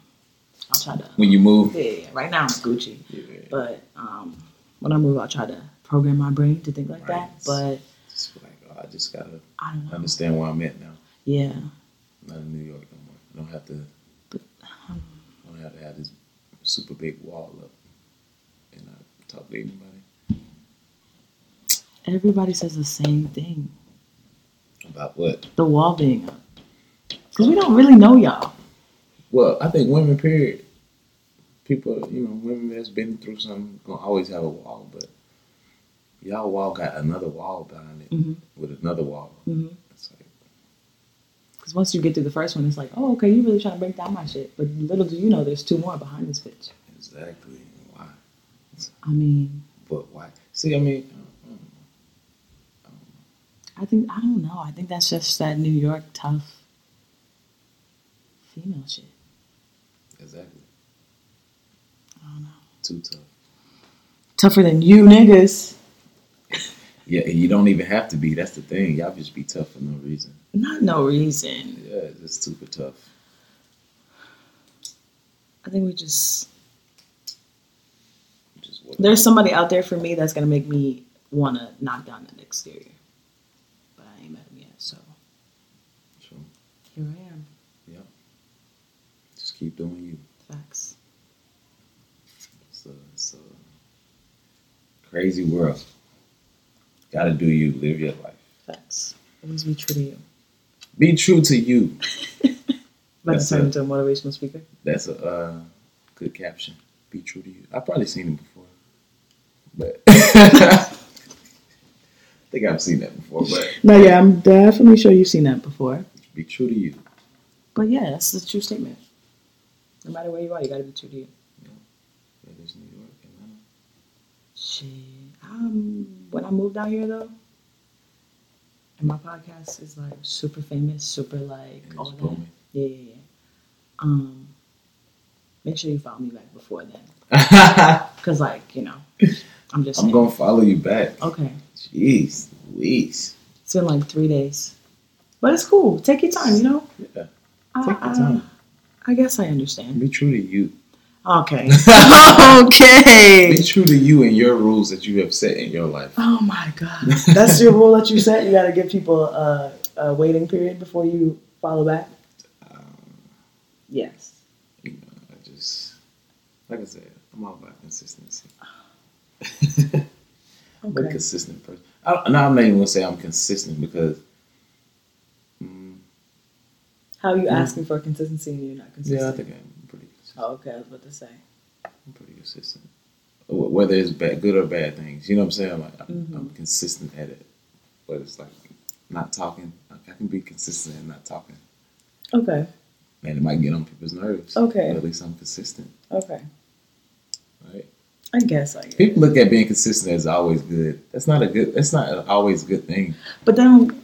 [SPEAKER 2] I'll try to.
[SPEAKER 1] When you move,
[SPEAKER 2] Yeah, yeah, yeah. right now I'm Gucci.
[SPEAKER 1] yeah,
[SPEAKER 2] But um, when I move, I'll try to program my brain to think like that.
[SPEAKER 1] Right.
[SPEAKER 2] But
[SPEAKER 1] just feel like oh, I just gotta
[SPEAKER 2] I don't know.
[SPEAKER 1] understand where I'm at now.
[SPEAKER 2] Yeah,
[SPEAKER 1] I'm not in New York no more. I don't have to. I don't have to have this super big wall up and not talk to anybody
[SPEAKER 2] everybody says the same thing.
[SPEAKER 1] about what.
[SPEAKER 2] The wall being up. Because we don't really know y'all.
[SPEAKER 1] Well, I think women, period. People, you know, women that's been through something gonna always have a wall, but y'all wall got another wall behind it
[SPEAKER 2] Mhm.
[SPEAKER 1] with another wall.
[SPEAKER 2] Mhm.
[SPEAKER 1] It's like,
[SPEAKER 2] Because once you get through the first one, it's like, oh, okay, you really trying to break down my shit. But little do you know, there's two more behind this bitch.
[SPEAKER 1] exactly why?
[SPEAKER 2] I mean,
[SPEAKER 1] But why? See, I mean, I don't know.
[SPEAKER 2] I think, I don't know. I think that's just that New York tough female shit.
[SPEAKER 1] exactly
[SPEAKER 2] I don't know.
[SPEAKER 1] too tough.
[SPEAKER 2] Tougher than you niggas.
[SPEAKER 1] Yeah, and you don't even have to be. That's the thing. Y'all just be tough for no reason.
[SPEAKER 2] Not no reason.
[SPEAKER 1] Yeah, it's super tough.
[SPEAKER 2] I think we just,
[SPEAKER 1] Just what
[SPEAKER 2] there's somebody out there for me that's going to make me want to knock down that exterior. But I ain't met him yet, so
[SPEAKER 1] so,
[SPEAKER 2] here I am.
[SPEAKER 1] yeah. Just keep doing you.
[SPEAKER 2] Facts.
[SPEAKER 1] It's a, it's a crazy world. Gotta do you. Live your life.
[SPEAKER 2] Facts. Always be true to you.
[SPEAKER 1] Be true to you.
[SPEAKER 2] About
[SPEAKER 1] That's
[SPEAKER 2] to turn
[SPEAKER 1] it.
[SPEAKER 2] into a motivational speaker.
[SPEAKER 1] That's a uh, good caption. Be true to you. I've probably seen it before, but I think I've seen that before. But
[SPEAKER 2] No, yeah, I'm definitely sure you've seen that before.
[SPEAKER 1] be true to you.
[SPEAKER 2] But yeah, that's a true statement. No matter where you are, you gotta be true to you.
[SPEAKER 1] That is New York, Atlanta.
[SPEAKER 2] Shit. Um, when I moved out here though, and my podcast is like super famous, super like
[SPEAKER 1] And
[SPEAKER 2] all
[SPEAKER 1] it's
[SPEAKER 2] that.
[SPEAKER 1] booming.
[SPEAKER 2] Yeah, yeah, yeah. Um, make sure you follow me back before then, cause like you know, I'm just.
[SPEAKER 1] I'm
[SPEAKER 2] saying.
[SPEAKER 1] gonna follow you back.
[SPEAKER 2] Okay,
[SPEAKER 1] Jeez, Louise.
[SPEAKER 2] it's been like three days, but it's cool. Take your time, you know.
[SPEAKER 1] Yeah,
[SPEAKER 2] I-
[SPEAKER 1] Take your
[SPEAKER 2] I-
[SPEAKER 1] time.
[SPEAKER 2] I guess I understand.
[SPEAKER 1] be true to you.
[SPEAKER 2] Okay.
[SPEAKER 1] Be
[SPEAKER 2] okay.
[SPEAKER 1] true to you and your rules that you have set in your life.
[SPEAKER 2] Oh my god. That's your rule that you set. You got to give people a, a waiting period before you follow back. Um, Yes.
[SPEAKER 1] You know, I just like I said, I'm all about consistency. I'm a
[SPEAKER 2] Okay.
[SPEAKER 1] consistent person. I, no, I'm not even gonna say I'm consistent because mm,
[SPEAKER 2] How are you asking for consistency and you're not consistent?
[SPEAKER 1] yeah, I think I'm pretty. Consistent.
[SPEAKER 2] Oh, okay. I was about to say.
[SPEAKER 1] I'm pretty consistent. Wh- Whether it's bad, good or bad things, you know what I'm saying. Like I'm,
[SPEAKER 2] Mm-hmm.
[SPEAKER 1] I'm consistent at it, but it's like not talking. I I can be consistent and not talking.
[SPEAKER 2] Okay.
[SPEAKER 1] Man, it might get on people's nerves.
[SPEAKER 2] Okay.
[SPEAKER 1] But at least I'm consistent,
[SPEAKER 2] Okay.
[SPEAKER 1] right?
[SPEAKER 2] I guess I guess.
[SPEAKER 1] People look at being consistent as always good. That's not a good. That's not a always good thing.
[SPEAKER 2] But then,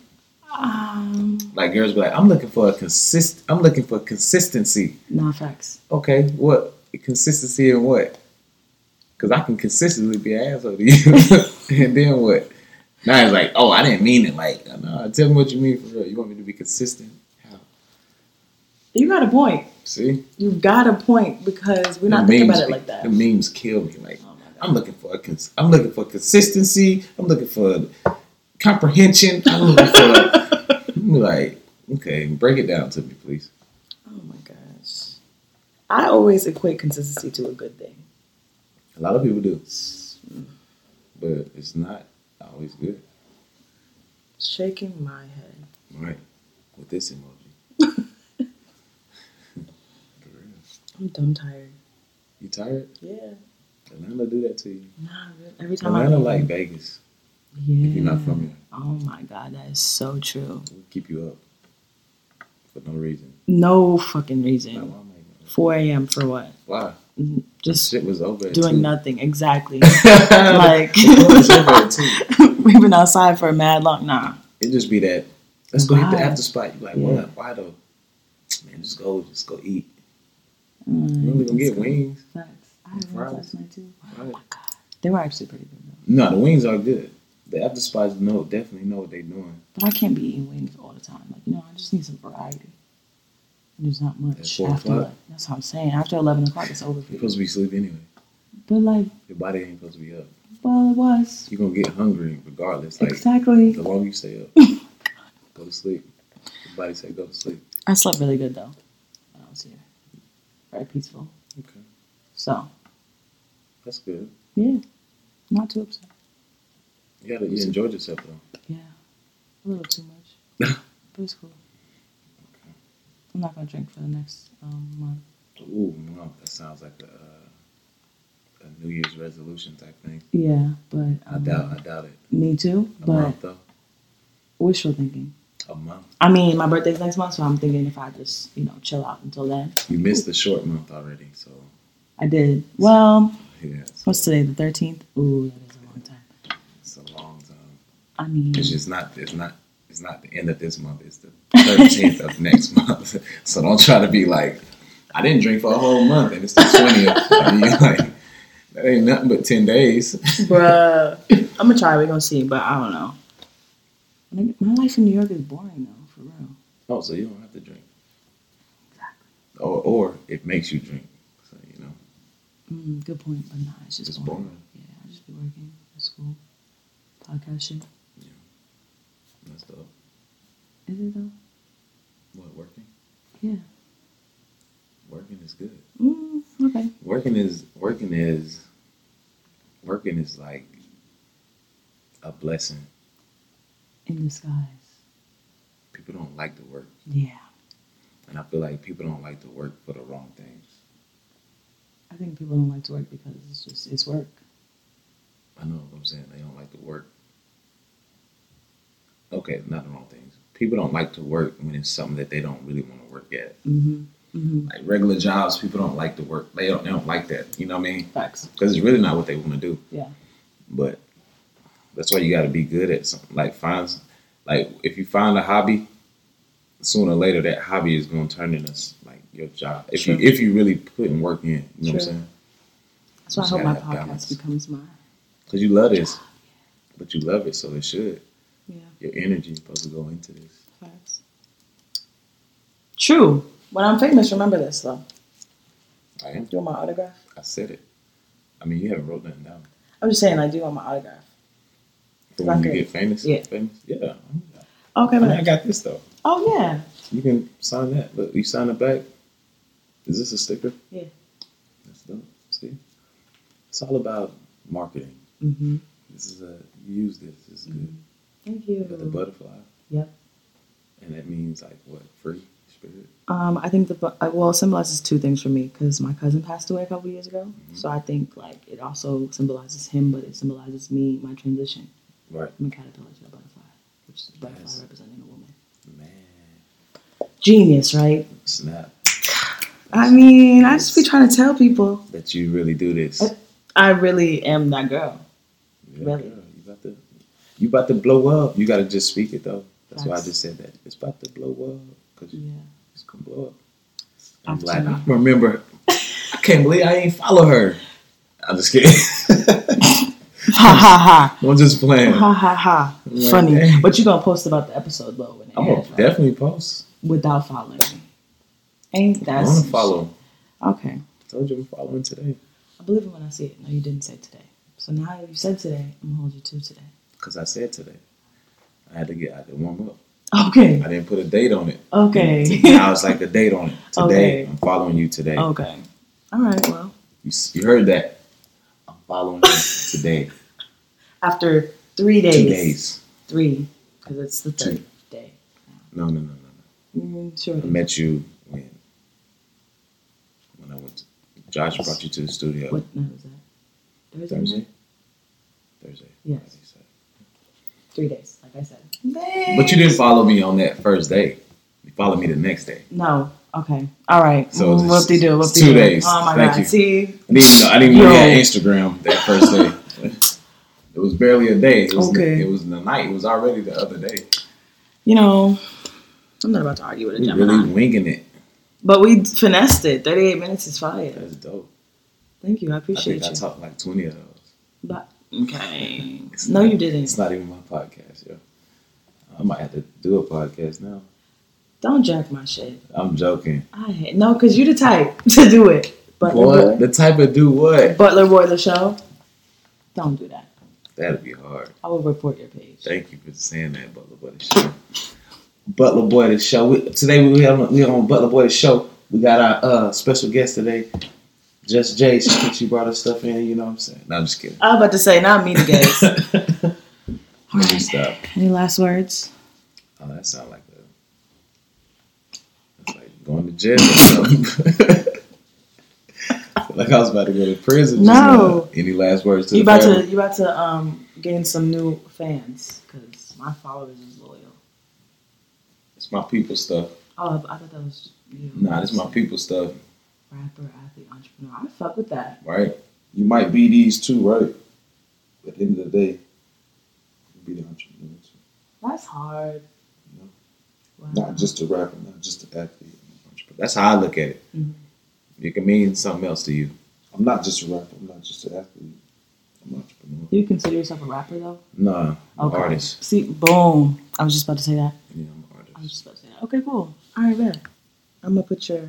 [SPEAKER 2] um,
[SPEAKER 1] Like girls be like, I'm looking for a consist. I'm looking for consistency.
[SPEAKER 2] nah, facts.
[SPEAKER 1] Okay, what consistency and what? Because I can consistently be an asshole to you, and then what? Now it's like, oh, I didn't mean it. Like, no, tell me what you mean for real. You want me to be consistent? How?
[SPEAKER 2] You got a point.
[SPEAKER 1] See,
[SPEAKER 2] You got a point because we're not
[SPEAKER 1] The
[SPEAKER 2] thinking about
[SPEAKER 1] memes
[SPEAKER 2] it
[SPEAKER 1] be-
[SPEAKER 2] like that.
[SPEAKER 1] The memes kill me. Like,
[SPEAKER 2] Oh my God.
[SPEAKER 1] I'm looking for a cons- I'm looking for consistency. I'm looking for comprehension. I'm looking for I'm like, okay, break it down to me, please.
[SPEAKER 2] Oh my gosh. I always equate consistency to a good thing.
[SPEAKER 1] A lot of people do, but it's not always good.
[SPEAKER 2] Shaking my head.
[SPEAKER 1] All right, with this emoji. For real.
[SPEAKER 2] I'm dumb tired.
[SPEAKER 1] You tired?
[SPEAKER 2] Yeah.
[SPEAKER 1] Atlanta do that to you.
[SPEAKER 2] Nah, really. every time I
[SPEAKER 1] Atlanta like Vegas.
[SPEAKER 2] yeah.
[SPEAKER 1] If you're not from here,
[SPEAKER 2] Oh my god, that is so true.
[SPEAKER 1] we'll keep you up for no reason.
[SPEAKER 2] No fucking
[SPEAKER 1] Like,
[SPEAKER 2] reason.
[SPEAKER 1] why am I-
[SPEAKER 2] 4 a.m. for what?
[SPEAKER 1] Why?
[SPEAKER 2] Just
[SPEAKER 1] Shit was over. at
[SPEAKER 2] doing
[SPEAKER 1] two.
[SPEAKER 2] nothing. Exactly.
[SPEAKER 1] like
[SPEAKER 2] like
[SPEAKER 1] it's over at two.
[SPEAKER 2] we've been outside for a mad long. Nah.
[SPEAKER 1] it just be that. Let's go hit the
[SPEAKER 2] Why?
[SPEAKER 1] after spot. You like
[SPEAKER 2] Yeah.
[SPEAKER 1] what? Why though? Man, just go, just go eat.
[SPEAKER 2] Mm-hmm. Mm.
[SPEAKER 1] You only gonna get wings.
[SPEAKER 2] Facts. I had
[SPEAKER 1] Fries.
[SPEAKER 2] wings last night too.
[SPEAKER 1] Right.
[SPEAKER 2] They were actually pretty good though.
[SPEAKER 1] No, the wings are good. The after spots know definitely know what they're doing.
[SPEAKER 2] But I can't be eating wings all the time. Like, you know, I just need some variety. And There's not much
[SPEAKER 1] At four
[SPEAKER 2] after
[SPEAKER 1] o'clock?
[SPEAKER 2] like, that's what I'm saying. After eleven o'clock it's over
[SPEAKER 1] You're
[SPEAKER 2] for you.
[SPEAKER 1] supposed to be asleep anyway.
[SPEAKER 2] But like,
[SPEAKER 1] Your body ain't supposed to be up.
[SPEAKER 2] well it was.
[SPEAKER 1] You're gonna get hungry regardless. Like
[SPEAKER 2] exactly.
[SPEAKER 1] the longer you stay up, go to sleep. Your body say go to sleep.
[SPEAKER 2] I slept really good though when I was here. Very peaceful.
[SPEAKER 1] Okay,
[SPEAKER 2] So
[SPEAKER 1] that's good.
[SPEAKER 2] yeah, not too upset.
[SPEAKER 1] You gotta you enjoyed yourself though.
[SPEAKER 2] Yeah, a little too much, but it's cool. I'm not gonna drink for the next um, month.
[SPEAKER 1] Ooh, no, that sounds like a uh, a New Year's resolution type thing.
[SPEAKER 4] Yeah, but um,
[SPEAKER 1] I doubt. I doubt it.
[SPEAKER 4] me too.
[SPEAKER 1] A
[SPEAKER 4] But
[SPEAKER 1] month though.
[SPEAKER 4] wishful thinking.
[SPEAKER 1] A month.
[SPEAKER 4] I mean, my birthday's next month, so I'm thinking if I just you know chill out until then.
[SPEAKER 1] You missed the short month already. So
[SPEAKER 4] I did. Well,
[SPEAKER 1] yeah, it's,
[SPEAKER 4] what's today? The 13th. Ooh, that is a long time.
[SPEAKER 1] it's a long time.
[SPEAKER 4] I mean,
[SPEAKER 1] It's just not. It's not. It's not the end of this month. It's the thirteenth of next month. So don't try to be like, I didn't drink for a whole month and it's the twentieth. like, that ain't nothing but ten days.
[SPEAKER 2] Bruh. I'm gonna try. We're gonna see, but I don't know.
[SPEAKER 4] nigga, my life in New York is boring though, for real.
[SPEAKER 1] Oh, so you don't have to drink. Or, or it makes you drink. So you know,
[SPEAKER 4] Mm, good point, but nah, it's just
[SPEAKER 1] it's
[SPEAKER 4] boring.
[SPEAKER 1] boring.
[SPEAKER 4] Yeah, I just be working at school, podcast shit.
[SPEAKER 1] That's the
[SPEAKER 4] Is it though?
[SPEAKER 1] what working.
[SPEAKER 4] Yeah.
[SPEAKER 1] Working is good.
[SPEAKER 4] Mm, okay.
[SPEAKER 1] Working is working is working is like a blessing.
[SPEAKER 4] In disguise.
[SPEAKER 1] People don't like to work,
[SPEAKER 4] Yeah.
[SPEAKER 1] and I feel like people don't like to work for the wrong things.
[SPEAKER 4] I think people don't like to work because it's just it's work.
[SPEAKER 1] I know what I'm saying. They don't like to work. Okay, not the wrong things. People don't like to work when it's something that they don't really want to work at.
[SPEAKER 4] Mm-hmm. Mm-hmm.
[SPEAKER 1] Like regular jobs, people don't like to work. They don't, they don't like that. You know what I mean?
[SPEAKER 4] Facts.
[SPEAKER 1] Because it's really not what they want to do.
[SPEAKER 4] Yeah.
[SPEAKER 1] But that's why you got to be good at something. Like find, like if you find a hobby, sooner or later that hobby is going to turn into s- like your job. If
[SPEAKER 4] True.
[SPEAKER 1] you if you really put and work in, you know what I'm
[SPEAKER 4] True.
[SPEAKER 1] saying?
[SPEAKER 4] That's why I
[SPEAKER 1] Just
[SPEAKER 4] hope
[SPEAKER 1] gotta
[SPEAKER 4] my
[SPEAKER 1] have
[SPEAKER 4] podcast
[SPEAKER 1] balance.
[SPEAKER 4] becomes my
[SPEAKER 1] Because you love this, but you love it, so it should.
[SPEAKER 4] Yeah.
[SPEAKER 1] Your energy is supposed to go into this.
[SPEAKER 4] facts.
[SPEAKER 2] True. When I'm famous, remember this though.
[SPEAKER 1] I am.
[SPEAKER 2] Do you want my autograph?
[SPEAKER 1] I said it. I mean, you haven't wrote nothing down.
[SPEAKER 2] I'm just saying, like, do you want my autograph?
[SPEAKER 1] For when you
[SPEAKER 2] Okay.
[SPEAKER 1] get famous,
[SPEAKER 2] Yeah.
[SPEAKER 1] famous, yeah.
[SPEAKER 2] Okay,
[SPEAKER 1] I, mean, I
[SPEAKER 2] but
[SPEAKER 1] got this though.
[SPEAKER 2] oh yeah,
[SPEAKER 1] You can sign that. Look, you sign it back. Is this a sticker?
[SPEAKER 2] Yeah.
[SPEAKER 1] That's dope. See, it's all about marketing.
[SPEAKER 4] Mm-hmm.
[SPEAKER 1] This is a you use this. This is good.
[SPEAKER 2] thank
[SPEAKER 1] You got the
[SPEAKER 2] you.
[SPEAKER 1] butterfly.
[SPEAKER 2] Mm-hmm. Yep.
[SPEAKER 1] And that means like what? Free spirit.
[SPEAKER 2] Um, I think the bu- uh, well it symbolizes two things for me because my cousin passed away a couple years ago,
[SPEAKER 1] Mhm.
[SPEAKER 2] so I think like it also symbolizes him, but it symbolizes me, my transition
[SPEAKER 1] Right.
[SPEAKER 2] from a caterpillar to a butterfly, which is a butterfly
[SPEAKER 1] Nice.
[SPEAKER 2] representing a woman.
[SPEAKER 1] Man,
[SPEAKER 2] Genius, right?
[SPEAKER 1] snap
[SPEAKER 2] I mean, I just be trying to tell people
[SPEAKER 1] that you really do this.
[SPEAKER 2] Uh, I really am that girl.
[SPEAKER 1] Yeah,
[SPEAKER 2] Really?
[SPEAKER 1] girl, you about to you about to blow up. You gotta just speak it though. That's why I
[SPEAKER 2] Facts.
[SPEAKER 1] just said that. It's about to blow up because
[SPEAKER 2] Yeah,
[SPEAKER 1] it's gonna blow up. I'm glad
[SPEAKER 2] Opportunity.
[SPEAKER 1] I remember. I can't believe I ain't follow her. I'm just kidding.
[SPEAKER 2] ha ha ha
[SPEAKER 1] I'm just playing.
[SPEAKER 2] ha ha ha.
[SPEAKER 1] Right.
[SPEAKER 2] Funny, but you gonna post about the episode though when it
[SPEAKER 1] I'm
[SPEAKER 2] airs,
[SPEAKER 1] gonna
[SPEAKER 2] right?
[SPEAKER 1] definitely post.
[SPEAKER 2] without following me. Ain't that
[SPEAKER 1] I'm gonna
[SPEAKER 2] some
[SPEAKER 1] follow.
[SPEAKER 2] shit? Okay.
[SPEAKER 1] I told you I'm following today
[SPEAKER 2] I believe it when I see it. No, you didn't say today. So now you said today, I'm gonna hold you to today.
[SPEAKER 1] because I said today. I had to get. I had to warm up.
[SPEAKER 2] Okay.
[SPEAKER 1] I didn't put a date on it.
[SPEAKER 2] Okay.
[SPEAKER 1] Now it's like a date on it. Today
[SPEAKER 2] Okay.
[SPEAKER 1] I'm following you today.
[SPEAKER 2] okay. All right, well.
[SPEAKER 1] You, s- you heard that? I'm following you today.
[SPEAKER 2] After three days.
[SPEAKER 1] Two days.
[SPEAKER 2] Three. Because it's the third
[SPEAKER 1] Two.
[SPEAKER 2] day.
[SPEAKER 1] No, no, no, no, no.
[SPEAKER 2] Mm, sure.
[SPEAKER 1] I met you when when I went. To, Josh brought you to the studio
[SPEAKER 2] What night was that? Thursday? night?
[SPEAKER 1] Thursday. Thursday.
[SPEAKER 2] Yes.
[SPEAKER 1] Friday, Saturday.
[SPEAKER 2] Three days, like I said.
[SPEAKER 1] But you didn't follow me on that first day. You followed me the next day.
[SPEAKER 2] No. Okay. All right.
[SPEAKER 1] So
[SPEAKER 2] So
[SPEAKER 1] it's-
[SPEAKER 2] whoop de doo. Whoop
[SPEAKER 1] it's
[SPEAKER 2] de
[SPEAKER 1] two
[SPEAKER 2] doo.
[SPEAKER 1] days.
[SPEAKER 2] Oh my
[SPEAKER 1] Thank
[SPEAKER 2] god.
[SPEAKER 1] you.
[SPEAKER 2] See.
[SPEAKER 1] I didn't even know, I didn't even know
[SPEAKER 2] Yo.
[SPEAKER 1] we had Instagram that first day. it was barely a day. It was,
[SPEAKER 2] Okay.
[SPEAKER 1] it was the night. It was already the other day.
[SPEAKER 2] You know, I'm not about to argue with a
[SPEAKER 1] We
[SPEAKER 2] Gemini.
[SPEAKER 1] really winging it.
[SPEAKER 2] But we finessed it. 38 minutes is fire.
[SPEAKER 1] That's dope.
[SPEAKER 2] Thank you. I
[SPEAKER 1] I think
[SPEAKER 2] appreciate
[SPEAKER 1] I
[SPEAKER 2] you.
[SPEAKER 1] talked like twenty of those.
[SPEAKER 2] But okay.
[SPEAKER 1] It's
[SPEAKER 2] no,
[SPEAKER 1] not-
[SPEAKER 2] you didn't.
[SPEAKER 1] It's not even my podcast, yo. I might have to do a podcast now.
[SPEAKER 2] Don't jack my shit.
[SPEAKER 1] I'm joking.
[SPEAKER 2] I hate no, cause you the type to do it. Butler
[SPEAKER 1] Boy,
[SPEAKER 2] boy,
[SPEAKER 1] the type of do what?
[SPEAKER 2] Butler boy, the show. Don't do that.
[SPEAKER 1] That'd be hard.
[SPEAKER 2] I will report your page.
[SPEAKER 1] Thank you for saying that, Butler Boy the Show. Butler Boy the Show. We, today we have we on Butler Boy the Show. We got our uh, special guest today, Just Jay. She, she brought her stuff in. You know what I'm saying? No, I'm just kidding.
[SPEAKER 2] I was about to say, not me to guess.
[SPEAKER 1] Let me stop.
[SPEAKER 4] Any last words?
[SPEAKER 1] Oh, that sound like a. That's like going to jail or something. Like I was about to go to prison. just
[SPEAKER 2] No.
[SPEAKER 1] now. Any last words to
[SPEAKER 2] You
[SPEAKER 1] the
[SPEAKER 2] about
[SPEAKER 1] family?
[SPEAKER 2] to you about to um gain some new fans because my followers is loyal.
[SPEAKER 1] It's my people stuff.
[SPEAKER 2] Oh, I thought that was you.
[SPEAKER 1] Nah, this my people stuff,
[SPEAKER 2] rapper, athlete, entrepreneur. I fuck with that.
[SPEAKER 1] right? You might be these two, right? But at the end of the day, you be the entrepreneurs.
[SPEAKER 2] That's hard.
[SPEAKER 1] No.
[SPEAKER 2] Wow.
[SPEAKER 1] Not just a rapper, not just an athlete. I'm an entrepreneur. That's how I look at it.
[SPEAKER 2] Mhm.
[SPEAKER 1] It can mean something else to you. I'm not just a rapper. I'm not just an athlete. I'm an entrepreneur.
[SPEAKER 2] Do you consider yourself a rapper though?
[SPEAKER 1] Nah, I'm
[SPEAKER 2] Okay.
[SPEAKER 1] an artist.
[SPEAKER 2] See, boom. I was just about to say that.
[SPEAKER 1] Yeah, I'm an
[SPEAKER 2] I was
[SPEAKER 1] artist.
[SPEAKER 2] just about to say that. Okay, cool. All right, man. I'm gonna put your.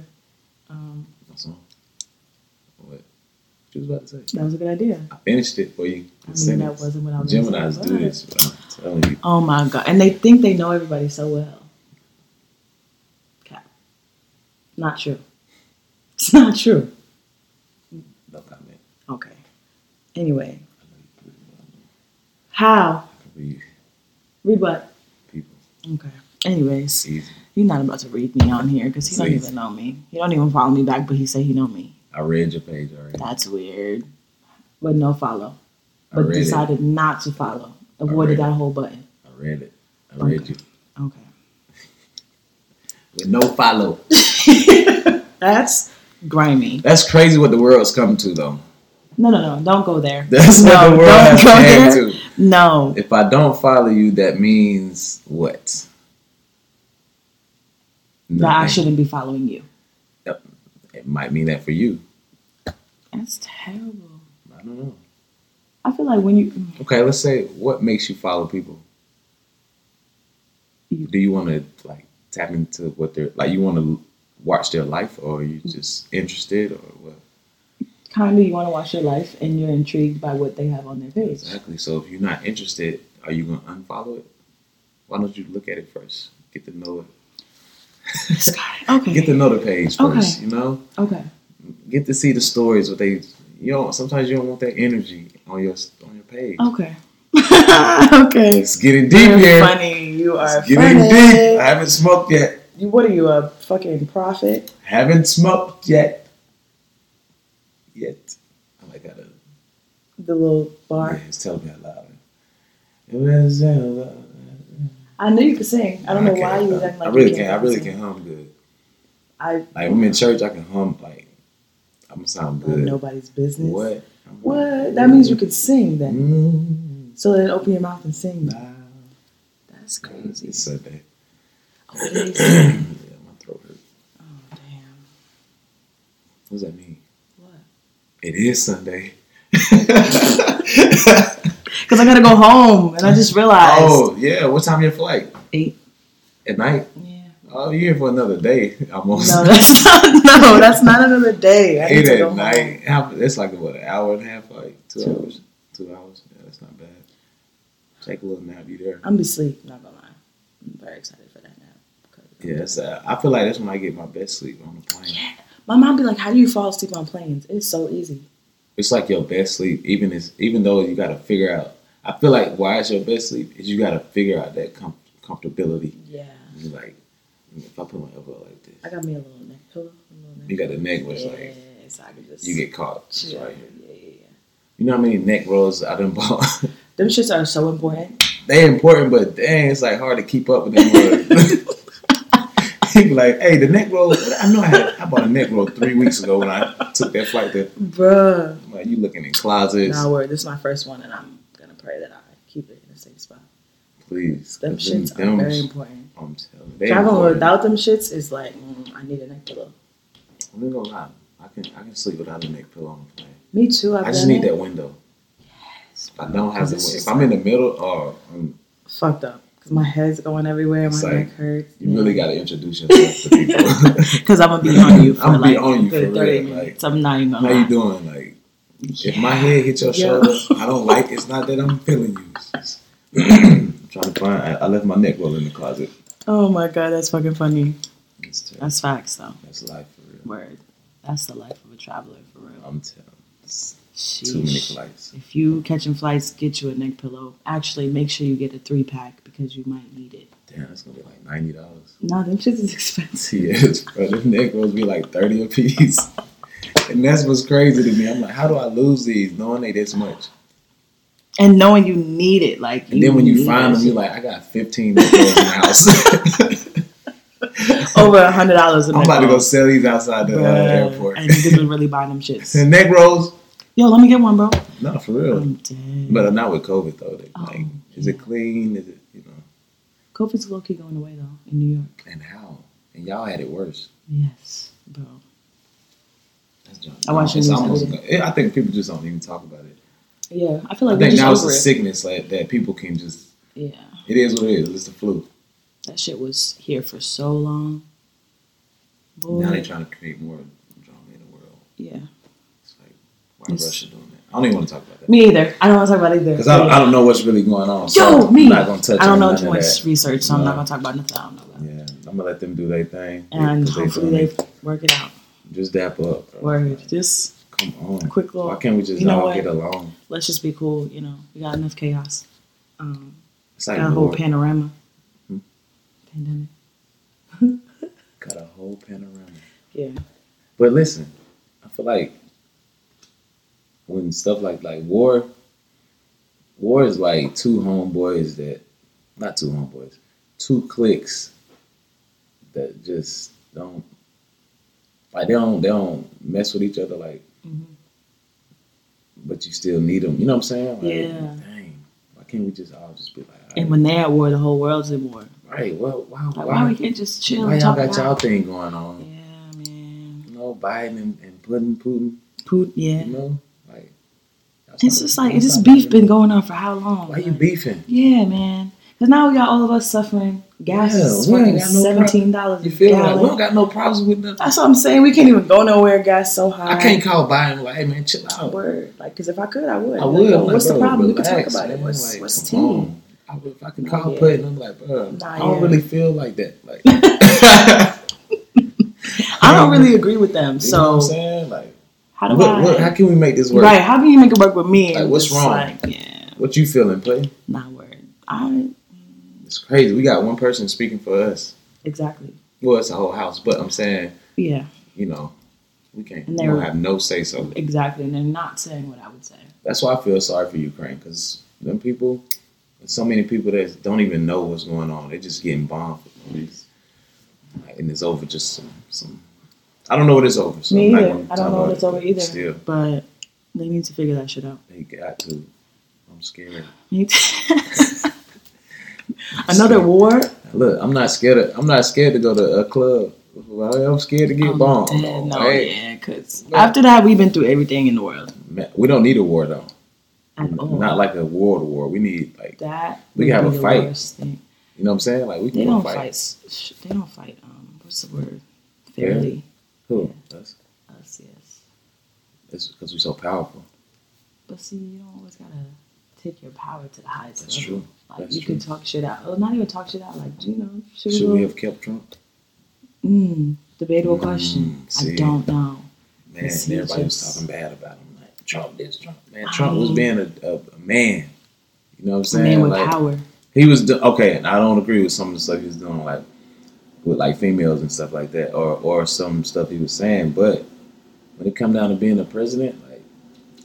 [SPEAKER 2] Um,
[SPEAKER 1] That's all. What? What you was about to say?
[SPEAKER 2] that was a good idea.
[SPEAKER 1] I finished it for you.
[SPEAKER 2] I mean, that wasn't what I was. gonna say,
[SPEAKER 1] Gemini's do
[SPEAKER 2] but-
[SPEAKER 1] this, but I'm telling you.
[SPEAKER 2] Oh my god! And they think they know everybody so well. Cap. Not true. It's not true.
[SPEAKER 1] No comment.
[SPEAKER 2] Okay. Anyway, how
[SPEAKER 1] I can read
[SPEAKER 2] read what?
[SPEAKER 1] people.
[SPEAKER 2] Okay. Anyways,
[SPEAKER 1] Easy.
[SPEAKER 2] He's not about to read me on here because he don't
[SPEAKER 1] Please.
[SPEAKER 2] even know me. He don't even follow me back, but he say he know me.
[SPEAKER 1] I read your page already.
[SPEAKER 2] That's weird. But no follow.
[SPEAKER 1] I
[SPEAKER 2] But
[SPEAKER 1] read it. I
[SPEAKER 2] decided not to follow.
[SPEAKER 1] read
[SPEAKER 2] Avoided that whole button.
[SPEAKER 1] read it. I read
[SPEAKER 2] Okay.
[SPEAKER 1] you.
[SPEAKER 2] Okay.
[SPEAKER 1] With no follow.
[SPEAKER 2] That's grimy.
[SPEAKER 1] That's crazy what the world's come to though.
[SPEAKER 2] No, no, no. Don't go there.
[SPEAKER 1] That's
[SPEAKER 2] no,
[SPEAKER 1] what the world
[SPEAKER 2] don't
[SPEAKER 1] has
[SPEAKER 2] go
[SPEAKER 1] came
[SPEAKER 2] there.
[SPEAKER 1] to.
[SPEAKER 2] No.
[SPEAKER 1] If I don't follow you, that means what?
[SPEAKER 2] That I
[SPEAKER 1] Nothing.
[SPEAKER 2] shouldn't be following you.
[SPEAKER 1] It might mean that for you.
[SPEAKER 2] That's terrible.
[SPEAKER 1] I don't know.
[SPEAKER 2] I feel like when you
[SPEAKER 1] Okay, let's say what makes you follow people? Do you want to like tap into what they're like? You want to watch their life, or are you just interested, or what?
[SPEAKER 2] kinda you wanna watch your life and you're intrigued by what they have on their page.
[SPEAKER 1] Exactly. So if you're not interested, are you gonna unfollow it? Why don't you look at it first? Get to know it.
[SPEAKER 2] This guy. Okay.
[SPEAKER 1] Get to know the page
[SPEAKER 2] Okay.
[SPEAKER 1] first. You know,
[SPEAKER 2] okay.
[SPEAKER 1] get to see the stories. What they you know. Sometimes you don't want that energy on your on your page.
[SPEAKER 2] Okay. okay.
[SPEAKER 1] It's getting deep
[SPEAKER 2] You're
[SPEAKER 1] here.
[SPEAKER 2] funny. You are
[SPEAKER 1] It's getting
[SPEAKER 2] funny.
[SPEAKER 1] deep. I haven't smoked yet.
[SPEAKER 2] You what are you a fucking prophet?
[SPEAKER 1] Haven't smoked yet. Yet. I like how the
[SPEAKER 2] The little
[SPEAKER 1] yeah,
[SPEAKER 2] bar.
[SPEAKER 1] it's telling me louder. It was telling me louder.
[SPEAKER 2] I knew you could sing. I don't know why you was acting like
[SPEAKER 1] I really
[SPEAKER 2] you
[SPEAKER 1] can. not I really
[SPEAKER 2] sing.
[SPEAKER 1] can hum good.
[SPEAKER 2] I
[SPEAKER 1] Like I'm in church, I can hum like I'm gonna sound
[SPEAKER 2] I'm
[SPEAKER 1] good.
[SPEAKER 2] nobody's business.
[SPEAKER 1] What?
[SPEAKER 2] What? That means you could sing then.
[SPEAKER 1] Mm,
[SPEAKER 2] So then open your mouth and sing. then.
[SPEAKER 1] loud.
[SPEAKER 2] That's crazy.
[SPEAKER 1] It's Sunday.
[SPEAKER 2] What did he
[SPEAKER 1] yeah,
[SPEAKER 2] say?
[SPEAKER 1] my throat hurt.
[SPEAKER 2] Oh damn.
[SPEAKER 1] What does that mean?
[SPEAKER 2] What?
[SPEAKER 1] It is Sunday.
[SPEAKER 2] Because I gotta go home and I just realized.
[SPEAKER 1] oh yeah. What time your flight?
[SPEAKER 2] Eight.
[SPEAKER 1] At night.
[SPEAKER 2] Yeah.
[SPEAKER 1] Oh, you here for another day almost.
[SPEAKER 2] No, that's not. No, that's not another day. I need
[SPEAKER 1] Eight
[SPEAKER 2] to go
[SPEAKER 1] at
[SPEAKER 2] home.
[SPEAKER 1] night. How, it's like what an hour and a half, like two,
[SPEAKER 2] Two.
[SPEAKER 1] hours. Two hours. Yeah, that's not bad. Take a little nap. You there?
[SPEAKER 2] I'm be sleep. Not gonna lie. I'm very excited for that nap. 'cause-
[SPEAKER 1] Yeah. That's, uh, I feel like that's when I get my best sleep on the plane.
[SPEAKER 2] Yeah. My mom be like, "How do you fall asleep on planes? It's so easy."
[SPEAKER 1] It's like your best sleep, even is even though you got to figure out. I feel like why it's your best sleep is you got to figure out that com- comfortability.
[SPEAKER 2] Yeah.
[SPEAKER 1] You like if I put my elbow like this,
[SPEAKER 2] I got me a little neck pillow. A little neck
[SPEAKER 1] you got the neck where it's
[SPEAKER 2] yeah,
[SPEAKER 1] like
[SPEAKER 2] so I could just
[SPEAKER 1] you get caught. It's
[SPEAKER 2] chill.
[SPEAKER 1] right
[SPEAKER 2] yeah,
[SPEAKER 1] here.
[SPEAKER 2] yeah, yeah.
[SPEAKER 1] You know how many neck rolls I done bought.
[SPEAKER 2] Them shits are so important.
[SPEAKER 1] they important, but dang, it's like hard to keep up with them. words. he be like, "Hey, the neck roll. I know I had. I bought a neck roll three weeks ago when I took that flight. There,
[SPEAKER 2] Bruh.
[SPEAKER 1] I'm like, you looking in closets,
[SPEAKER 2] Nah, word. This is my first one, and I'm gonna pray that I keep it in a safe spot.
[SPEAKER 1] please.
[SPEAKER 2] Them
[SPEAKER 1] 'cause them-
[SPEAKER 2] shits are
[SPEAKER 1] them-
[SPEAKER 2] very important.
[SPEAKER 1] I'm telling. you, They
[SPEAKER 2] Traveling
[SPEAKER 1] important.
[SPEAKER 2] without them shits is like, mm, I need a neck pillow.
[SPEAKER 1] I'm not gonna lie. I can I can sleep without a neck pillow on the plane.
[SPEAKER 2] Me too. I've
[SPEAKER 1] I just
[SPEAKER 2] done
[SPEAKER 1] need
[SPEAKER 2] it.
[SPEAKER 1] that window. If I don't have
[SPEAKER 2] Cause
[SPEAKER 1] the
[SPEAKER 2] it's
[SPEAKER 1] window,
[SPEAKER 2] just
[SPEAKER 1] if I'm in the middle, oh, um,
[SPEAKER 2] Fucked up. Cause my head's going everywhere. My
[SPEAKER 1] It's like,
[SPEAKER 2] neck hurts.
[SPEAKER 1] you really got to introduce yourself to people.
[SPEAKER 2] Cause I'm gonna be on you for
[SPEAKER 1] I'ma be
[SPEAKER 2] like
[SPEAKER 1] on you
[SPEAKER 2] a good
[SPEAKER 1] for
[SPEAKER 2] thirty
[SPEAKER 1] real,
[SPEAKER 2] minutes. I'm not even gonna.
[SPEAKER 1] How you
[SPEAKER 2] lie.
[SPEAKER 1] doing? Like, if my head hit your
[SPEAKER 2] Yeah.
[SPEAKER 1] shoulder, I don't like. It's not that I'm feeling you. It's just- I'm trying to find. I, I left my neck roll in the closet.
[SPEAKER 2] Oh my god, that's fucking funny.
[SPEAKER 1] It's terrible.
[SPEAKER 2] That's facts though.
[SPEAKER 1] That's life for real.
[SPEAKER 2] Word. That's the life of a traveler for real.
[SPEAKER 1] I'm telling. you, It's
[SPEAKER 2] Sheesh.
[SPEAKER 1] too many flights.
[SPEAKER 2] If you catching flights, get you a neck pillow. Actually, make sure you get a three pack because you might need it.
[SPEAKER 1] Damn, it's gonna be like ninety dollars.
[SPEAKER 2] No, them shits is expensive.
[SPEAKER 1] Yes, bro. The neck rolls be like thirty a piece. and that's what's crazy to me. I'm like, how do I lose these knowing they this much?
[SPEAKER 2] and knowing you need it, like,
[SPEAKER 1] And then when you
[SPEAKER 2] need
[SPEAKER 1] find them,
[SPEAKER 2] that shit.
[SPEAKER 1] you're like, I got 15 of those in the house.
[SPEAKER 2] over a hundred dollars.
[SPEAKER 1] I'm about to go sell these outside the uh, airport.
[SPEAKER 2] and you could really buy them shits.
[SPEAKER 1] And Negroes,
[SPEAKER 2] Yo, let me get one, bro.
[SPEAKER 1] not for real.
[SPEAKER 2] I'm dead.
[SPEAKER 1] Um, But uh, not with COVID though. They,
[SPEAKER 2] Um, Oh,
[SPEAKER 1] like, is it clean? Is it you know?
[SPEAKER 2] COVID's low key going away though in New York.
[SPEAKER 1] And how? And y'all had it worse.
[SPEAKER 2] Yes, bro.
[SPEAKER 1] That's just-
[SPEAKER 2] I watch the
[SPEAKER 1] it's
[SPEAKER 2] news
[SPEAKER 1] almost-
[SPEAKER 2] every
[SPEAKER 1] it- I think people just don't even talk about it.
[SPEAKER 2] Yeah, I feel like
[SPEAKER 1] I
[SPEAKER 2] we're
[SPEAKER 1] think
[SPEAKER 2] just
[SPEAKER 1] now it's
[SPEAKER 2] over
[SPEAKER 1] a
[SPEAKER 2] it.
[SPEAKER 1] sickness like, that people can just.
[SPEAKER 2] yeah,
[SPEAKER 1] It is what it is. It's the flu.
[SPEAKER 2] that shit was here for so long. Boy,
[SPEAKER 1] Now they're trying to create more drama in the world.
[SPEAKER 2] yeah,
[SPEAKER 1] It's like why
[SPEAKER 2] Yes.
[SPEAKER 1] Russia doing that? I don't even want to talk about that
[SPEAKER 2] me either. I don't want to talk about it either.
[SPEAKER 1] because I, don't- I don't know what's really going on. So
[SPEAKER 2] Yo,
[SPEAKER 1] I'm
[SPEAKER 2] me.
[SPEAKER 1] not gonna touch.
[SPEAKER 2] I don't
[SPEAKER 1] on
[SPEAKER 2] know
[SPEAKER 1] none
[SPEAKER 2] too
[SPEAKER 1] of
[SPEAKER 2] much
[SPEAKER 1] that.
[SPEAKER 2] research, so I'm
[SPEAKER 1] No.
[SPEAKER 2] not gonna talk about nothing I don't know about.
[SPEAKER 1] Yeah, I'm gonna let them do their thing.
[SPEAKER 2] And
[SPEAKER 1] 'cause they
[SPEAKER 2] hopefully
[SPEAKER 1] doing
[SPEAKER 2] they
[SPEAKER 1] it.
[SPEAKER 2] work it out.
[SPEAKER 1] just dap up. bro.
[SPEAKER 2] Word. Just
[SPEAKER 1] Come on.
[SPEAKER 2] quick little-
[SPEAKER 1] Why can't we just
[SPEAKER 2] you know
[SPEAKER 1] all
[SPEAKER 2] what?
[SPEAKER 1] get along?
[SPEAKER 2] let's just be cool. You know, we got enough chaos. Um,
[SPEAKER 1] It's like
[SPEAKER 2] got a whole
[SPEAKER 1] war.
[SPEAKER 2] panorama.
[SPEAKER 1] Hmm.
[SPEAKER 2] Pandemic.
[SPEAKER 1] got a whole panorama.
[SPEAKER 2] Yeah.
[SPEAKER 1] But listen, I feel like when stuff like like war, war is like two homeboys that, not two homeboys, two cliques that just don't like they don't they don't mess with each other like,
[SPEAKER 2] Mhm.
[SPEAKER 1] but you still need them. You know what I'm saying? Like,
[SPEAKER 2] Yeah.
[SPEAKER 1] Dang, why can't we just all just be like, all
[SPEAKER 2] And when they're at war, the whole world's at war.
[SPEAKER 1] right, right, well, wow,
[SPEAKER 2] Like,
[SPEAKER 1] why,
[SPEAKER 2] why
[SPEAKER 1] why,
[SPEAKER 2] we can't just chill
[SPEAKER 1] why
[SPEAKER 2] and
[SPEAKER 1] y'all
[SPEAKER 2] talk
[SPEAKER 1] got
[SPEAKER 2] about
[SPEAKER 1] y'all thing going on?
[SPEAKER 2] Yeah, man.
[SPEAKER 1] You know, Biden and, and Putin, Putin.
[SPEAKER 2] Putin. Yeah.
[SPEAKER 1] You know, like
[SPEAKER 2] It's just like it's just beef been going on for how long?
[SPEAKER 1] Why you
[SPEAKER 2] Like,
[SPEAKER 1] beefing?
[SPEAKER 2] Yeah, man. Because now we got all of us suffering. Gas
[SPEAKER 1] Yeah,
[SPEAKER 2] is
[SPEAKER 1] we ain't got
[SPEAKER 2] fucking
[SPEAKER 1] no prob-
[SPEAKER 2] seventeen dollars a
[SPEAKER 1] You feel like we don't
[SPEAKER 2] gallon.
[SPEAKER 1] got no problems with nothing.
[SPEAKER 2] That's what I'm saying. We can't even go nowhere. Gas so high.
[SPEAKER 1] I can't call Biden like, hey man, chill out.
[SPEAKER 2] Word. Like, because if I could, I would.
[SPEAKER 1] I would.
[SPEAKER 2] Like,
[SPEAKER 1] I'm like,
[SPEAKER 2] what's the
[SPEAKER 1] bro,
[SPEAKER 2] problem? we could
[SPEAKER 1] relax,
[SPEAKER 2] talk about it.
[SPEAKER 1] man.
[SPEAKER 2] What's,
[SPEAKER 1] Like,
[SPEAKER 2] what's tea?
[SPEAKER 1] come on. I would, if I could
[SPEAKER 2] Nah,
[SPEAKER 1] call
[SPEAKER 2] yeah.
[SPEAKER 1] Putin, I'm like, bro,
[SPEAKER 2] Nah,
[SPEAKER 1] I don't
[SPEAKER 2] yeah.
[SPEAKER 1] really feel like that. Like,
[SPEAKER 2] I don't really agree with them.
[SPEAKER 1] you know what I'm
[SPEAKER 2] So
[SPEAKER 1] saying? Like,
[SPEAKER 2] how do
[SPEAKER 1] what,
[SPEAKER 2] I?
[SPEAKER 1] what, how can we make this work?
[SPEAKER 2] right? How can you make it work with me?
[SPEAKER 1] Like,
[SPEAKER 2] And
[SPEAKER 1] what's
[SPEAKER 2] just,
[SPEAKER 1] wrong?
[SPEAKER 2] Like, yeah,
[SPEAKER 1] What you feeling, play?
[SPEAKER 2] not word. I
[SPEAKER 1] It's crazy. We got one person speaking for us.
[SPEAKER 2] exactly.
[SPEAKER 1] Well, it's a whole house, but I'm saying,
[SPEAKER 2] Yeah,
[SPEAKER 1] you know, we can't. We
[SPEAKER 2] And they're-
[SPEAKER 1] don't have no say so.
[SPEAKER 2] exactly. And they're not saying what I would say.
[SPEAKER 1] That's why I feel sorry for Ukraine because them people, so many people that don't even know what's going on. They're just getting bombed, for no reason. Like, and it's over just some. some I don't know what it's over. So
[SPEAKER 2] me
[SPEAKER 1] I'm not
[SPEAKER 2] either.
[SPEAKER 1] gonna
[SPEAKER 2] I
[SPEAKER 1] talk
[SPEAKER 2] don't know
[SPEAKER 1] about
[SPEAKER 2] what
[SPEAKER 1] it,
[SPEAKER 2] it's over
[SPEAKER 1] but
[SPEAKER 2] either.
[SPEAKER 1] Still,
[SPEAKER 2] But they need to figure that shit out.
[SPEAKER 1] they got to. I'm scared.
[SPEAKER 2] Me too. Another war.
[SPEAKER 1] Look, I'm not scared. Of, I'm not scared to go to a club. I'm scared to get
[SPEAKER 2] Oh,
[SPEAKER 1] bombed.
[SPEAKER 2] man,
[SPEAKER 1] No,
[SPEAKER 2] no,
[SPEAKER 1] hey,
[SPEAKER 2] yeah, because
[SPEAKER 1] Yeah.
[SPEAKER 2] after that we've been through everything in the world.
[SPEAKER 1] man, we don't need a war though.
[SPEAKER 2] At all.
[SPEAKER 1] Not like a war to war. We need like
[SPEAKER 2] that.
[SPEAKER 1] We
[SPEAKER 2] would
[SPEAKER 1] can have
[SPEAKER 2] be
[SPEAKER 1] a
[SPEAKER 2] the
[SPEAKER 1] fight.
[SPEAKER 2] worst thing.
[SPEAKER 1] you know what I'm saying. Like we
[SPEAKER 2] They
[SPEAKER 1] can go
[SPEAKER 2] don't
[SPEAKER 1] fight.
[SPEAKER 2] fight. sh- They don't fight. Um, what's the word? Fairly.
[SPEAKER 1] Who? That's
[SPEAKER 2] Us, yes.
[SPEAKER 1] because we're so powerful.
[SPEAKER 2] But see, you don't always gotta take your power to the highest
[SPEAKER 1] That's
[SPEAKER 2] level.
[SPEAKER 1] true.
[SPEAKER 2] Like
[SPEAKER 1] That's
[SPEAKER 2] you
[SPEAKER 1] true.
[SPEAKER 2] can talk shit out. Oh, not even talk shit out. Like you know, should,
[SPEAKER 1] Should
[SPEAKER 2] we?
[SPEAKER 1] we
[SPEAKER 2] go-
[SPEAKER 1] have kept Trump?
[SPEAKER 2] Mm, debatable question.
[SPEAKER 1] Mm, see.
[SPEAKER 2] I don't know.
[SPEAKER 1] Man,
[SPEAKER 2] Yes, he
[SPEAKER 1] and everybody was
[SPEAKER 2] just-
[SPEAKER 1] talking bad about him. Like Trump this, Trump man.
[SPEAKER 2] I
[SPEAKER 1] Trump was
[SPEAKER 2] mean-
[SPEAKER 1] being a, a, a man. You know what I'm
[SPEAKER 2] A
[SPEAKER 1] saying?
[SPEAKER 2] man with
[SPEAKER 1] like,
[SPEAKER 2] power.
[SPEAKER 1] He was do- okay. And I don't agree with some of the stuff he was doing, like with like females and stuff like that, or or some stuff he was saying. But when it come down to being a president, like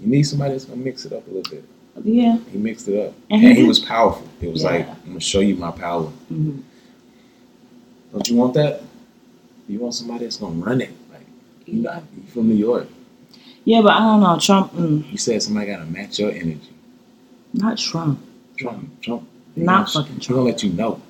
[SPEAKER 1] you need somebody that's gonna mix it up a little bit.
[SPEAKER 2] Yeah.
[SPEAKER 1] He mixed it up, and,
[SPEAKER 2] And he
[SPEAKER 1] he
[SPEAKER 2] did.
[SPEAKER 1] was powerful. It was
[SPEAKER 2] Mm-hmm. Yeah.
[SPEAKER 1] like I'm gonna show you my power.
[SPEAKER 2] Mhm.
[SPEAKER 1] Don't you want that? You want somebody that's gonna run it. Like you
[SPEAKER 2] Yeah.
[SPEAKER 1] not you from New York.
[SPEAKER 2] Yeah, but I don't know. Trump. Mm,
[SPEAKER 1] You said somebody gotta match your energy.
[SPEAKER 2] not Trump.
[SPEAKER 1] Trump, Trump. He
[SPEAKER 2] Not
[SPEAKER 1] gonna-
[SPEAKER 2] fucking
[SPEAKER 1] He gonna let you know.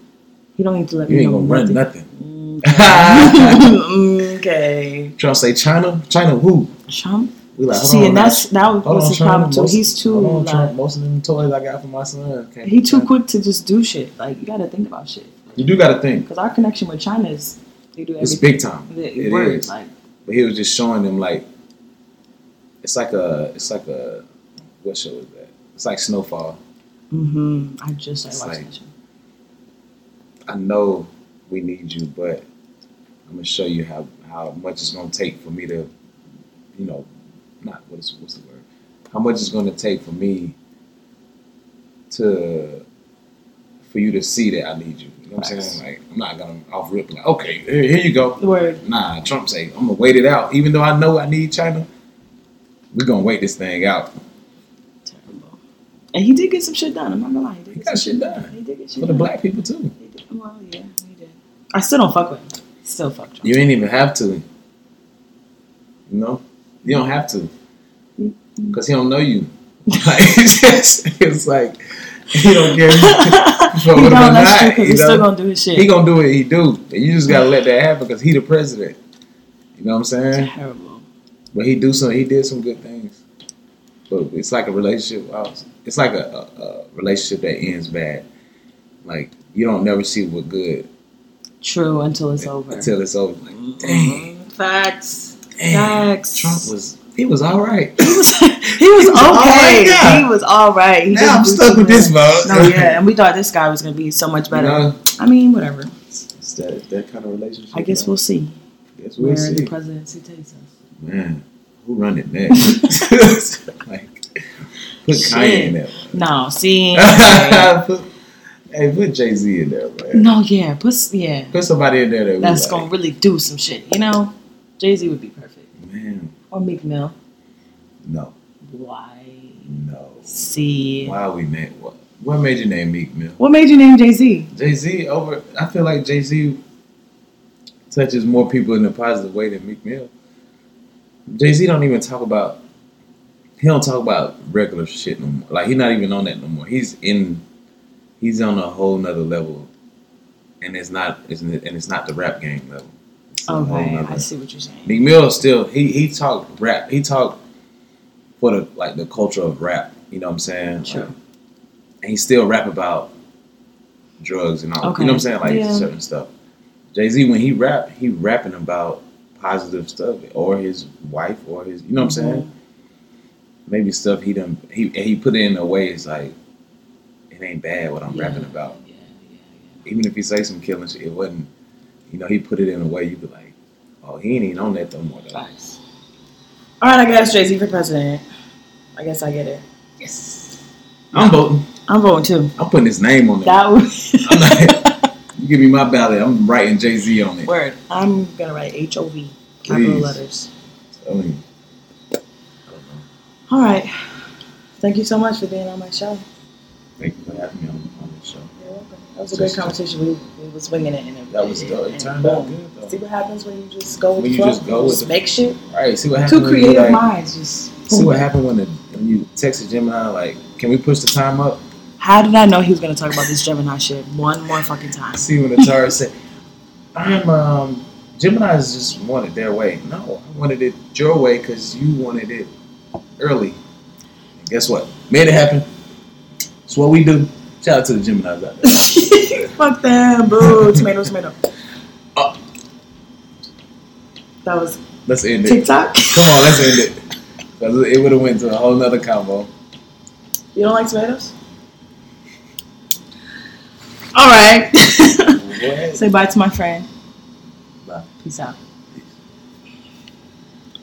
[SPEAKER 2] He don't need to let
[SPEAKER 1] You
[SPEAKER 2] me
[SPEAKER 1] ain't
[SPEAKER 2] know
[SPEAKER 1] gonna run
[SPEAKER 2] nothing.
[SPEAKER 1] nothing.
[SPEAKER 2] Mm, okay.
[SPEAKER 1] Trump say China, China who?
[SPEAKER 2] Trump.
[SPEAKER 1] We like hold
[SPEAKER 2] See,
[SPEAKER 1] on,
[SPEAKER 2] and
[SPEAKER 1] man.
[SPEAKER 2] that's that was,
[SPEAKER 1] Hold
[SPEAKER 2] was
[SPEAKER 1] on,
[SPEAKER 2] his
[SPEAKER 1] China.
[SPEAKER 2] problem too.
[SPEAKER 1] Most-
[SPEAKER 2] He's too
[SPEAKER 1] hold on,
[SPEAKER 2] like,
[SPEAKER 1] Trump. Most of them toys I got for my son. can't
[SPEAKER 2] he
[SPEAKER 1] be
[SPEAKER 2] too
[SPEAKER 1] China.
[SPEAKER 2] quick to just do shit. Like you gotta think about shit.
[SPEAKER 1] You do gotta think.
[SPEAKER 2] Because our connection with China is they do
[SPEAKER 1] It's
[SPEAKER 2] everything.
[SPEAKER 1] big time.
[SPEAKER 2] It,
[SPEAKER 1] It
[SPEAKER 2] works.
[SPEAKER 1] is.
[SPEAKER 2] Like
[SPEAKER 1] But he was just showing them like it's like a it's like a what show is that? It's like Snowfall.
[SPEAKER 2] hmm I just
[SPEAKER 1] It's
[SPEAKER 2] started watching
[SPEAKER 1] like-
[SPEAKER 2] that show.
[SPEAKER 1] I know we need you, but I'm gonna show you how, how much it's gonna take for me to, you know, not what is what's the word? How much it's gonna take for me to for you to see that I need you. You know what I'm
[SPEAKER 2] Facts.
[SPEAKER 1] saying? Like I'm not gonna off rip like, okay, here, here you go.
[SPEAKER 2] The word.
[SPEAKER 1] Nah, Trump say I'm gonna wait it out, even though I know I need China. we're gonna wait this thing out.
[SPEAKER 2] Terrible. And he did get some shit done. I'm not gonna lie. He did
[SPEAKER 1] He
[SPEAKER 2] get
[SPEAKER 1] got
[SPEAKER 2] some
[SPEAKER 1] shit done
[SPEAKER 2] He did get shit
[SPEAKER 1] for the
[SPEAKER 2] done.
[SPEAKER 1] black people too.
[SPEAKER 2] He did- Well, yeah, he did. I still don't fuck with him. Still fuck Trump.
[SPEAKER 1] You ain't even have to. You know, you don't have to,
[SPEAKER 2] Mm-hmm.
[SPEAKER 1] cause he don't know you. Like it's, just, it's like he don't care.
[SPEAKER 2] he
[SPEAKER 1] what
[SPEAKER 2] don't
[SPEAKER 1] about
[SPEAKER 2] that's
[SPEAKER 1] that,
[SPEAKER 2] true because
[SPEAKER 1] you
[SPEAKER 2] he's still
[SPEAKER 1] know?
[SPEAKER 2] gonna do his shit.
[SPEAKER 1] He gonna do what he do, and you just gotta let that happen because he the president. You know what I'm saying?
[SPEAKER 2] Terrible.
[SPEAKER 1] But he do some. He did some good things. But it's like a relationship. I was- It's like a, a, a relationship that ends bad. Like you don't never see what good
[SPEAKER 2] True until it's over. Mm-hmm.
[SPEAKER 1] until it's over. Like dang,
[SPEAKER 2] Facts.
[SPEAKER 1] dang.
[SPEAKER 2] Facts.
[SPEAKER 1] Trump was he was all right.
[SPEAKER 2] He was, he was
[SPEAKER 1] all
[SPEAKER 2] okay.
[SPEAKER 1] right, yeah.
[SPEAKER 2] He was all right. He
[SPEAKER 1] now
[SPEAKER 2] didn't
[SPEAKER 1] I'm
[SPEAKER 2] do
[SPEAKER 1] stuck
[SPEAKER 2] too
[SPEAKER 1] with this
[SPEAKER 2] much.
[SPEAKER 1] mode.
[SPEAKER 2] No, yeah, and we thought this guy was gonna be so much
[SPEAKER 1] You
[SPEAKER 2] better.
[SPEAKER 1] know,
[SPEAKER 2] I mean, whatever.
[SPEAKER 1] it's that, that kind of relationship.
[SPEAKER 2] I guess we'll see
[SPEAKER 1] guess
[SPEAKER 2] where
[SPEAKER 1] we'll
[SPEAKER 2] the
[SPEAKER 1] see.
[SPEAKER 2] presidency takes us.
[SPEAKER 1] Man, who run it next? like put Kanye in there.
[SPEAKER 2] No, see.
[SPEAKER 1] Put- hey, put Jay Z in there, man.
[SPEAKER 2] no, yeah, put yeah.
[SPEAKER 1] Put somebody in there that we
[SPEAKER 2] That's
[SPEAKER 1] like.
[SPEAKER 2] gonna really do some shit. You know, Jay Z would be perfect,
[SPEAKER 1] Man,
[SPEAKER 2] or Meek Mill.
[SPEAKER 1] no,
[SPEAKER 2] Why?
[SPEAKER 1] no.
[SPEAKER 2] See.
[SPEAKER 1] Why we named what? What made you name Meek Mill?
[SPEAKER 2] What made you name Jay Z?
[SPEAKER 1] Jay Z over. I feel like Jay Z touches more people in a positive way than Meek Mill. Jay Z don't even talk about. He don't talk about regular shit no more. Like he's not even on that no more. He's in. He's on a whole nother level, and it's not. It's, n- and it's not the rap game level. It's a whole
[SPEAKER 2] Okay,
[SPEAKER 1] nother-
[SPEAKER 2] I see what you're saying.
[SPEAKER 1] Meek Mill still he he talked rap. He talked for the like the culture of rap. You know what I'm saying?
[SPEAKER 2] Sure.
[SPEAKER 1] Like, and he still rap about drugs and all.
[SPEAKER 2] Okay.
[SPEAKER 1] You know what I'm saying? Like
[SPEAKER 2] Yeah.
[SPEAKER 1] certain stuff. Jay Z when he rap, he rapping about positive stuff or his wife or his. You know what I'm saying?
[SPEAKER 2] Mm-hmm.
[SPEAKER 1] Maybe stuff he done he he put it in a way it's like it ain't bad what I'm
[SPEAKER 2] Yeah.
[SPEAKER 1] rapping about.
[SPEAKER 2] Yeah, yeah,
[SPEAKER 1] Even if he say some killing shit, it wasn't. You know he put it in a way you be like, oh he ain't even on that no more.
[SPEAKER 2] yeah.
[SPEAKER 1] though.
[SPEAKER 2] Facts. All right, I guess Jay Z for president. I guess I get it.
[SPEAKER 1] I'm voting.
[SPEAKER 2] I'm voting too.
[SPEAKER 1] I'm putting his name on it.
[SPEAKER 2] That
[SPEAKER 1] I'm
[SPEAKER 2] was
[SPEAKER 1] like- you give me my ballot. I'm writing Jay Z on it.
[SPEAKER 2] word. I'm gonna write H O V capital
[SPEAKER 1] Please.
[SPEAKER 2] letters.
[SPEAKER 1] I mean, I don't know.
[SPEAKER 2] All right. Thank you so much for being on my show.
[SPEAKER 1] Thank you for having me on, on the show.
[SPEAKER 2] You're welcome. That was a great conversation. We, we was winging it, and it,
[SPEAKER 1] That was dope. It
[SPEAKER 2] and
[SPEAKER 1] turned out
[SPEAKER 2] boom.
[SPEAKER 1] good, though.
[SPEAKER 2] See what happens when you just go with
[SPEAKER 1] When
[SPEAKER 2] the
[SPEAKER 1] you
[SPEAKER 2] flow.
[SPEAKER 1] just go with the-
[SPEAKER 2] make shit.
[SPEAKER 1] All right, see what happens.
[SPEAKER 2] Two
[SPEAKER 1] when you,
[SPEAKER 2] creative
[SPEAKER 1] like-
[SPEAKER 2] minds just.
[SPEAKER 1] See what happened when, the, when you texted Gemini, like, can we push the time up?
[SPEAKER 2] How did I know he was gonna talk about this Gemini shit one more fucking time?
[SPEAKER 1] See when the Atari said, I'm, um, Gemini's just wanted their way. No, I wanted it your way because you wanted it early. And guess what? Made it happen. It's what we do. Shout out to the Geminis out there.
[SPEAKER 2] Fuck them, boo. tomato, tomato.
[SPEAKER 1] Oh.
[SPEAKER 2] That was
[SPEAKER 1] Let's end it.
[SPEAKER 2] TikTok.
[SPEAKER 1] Come on, let's end it. 'Cause it would have went to a whole nother combo.
[SPEAKER 2] You don't like tomatoes? All right.
[SPEAKER 1] What?
[SPEAKER 2] Say bye to my friend.
[SPEAKER 1] Bye.
[SPEAKER 2] Peace out.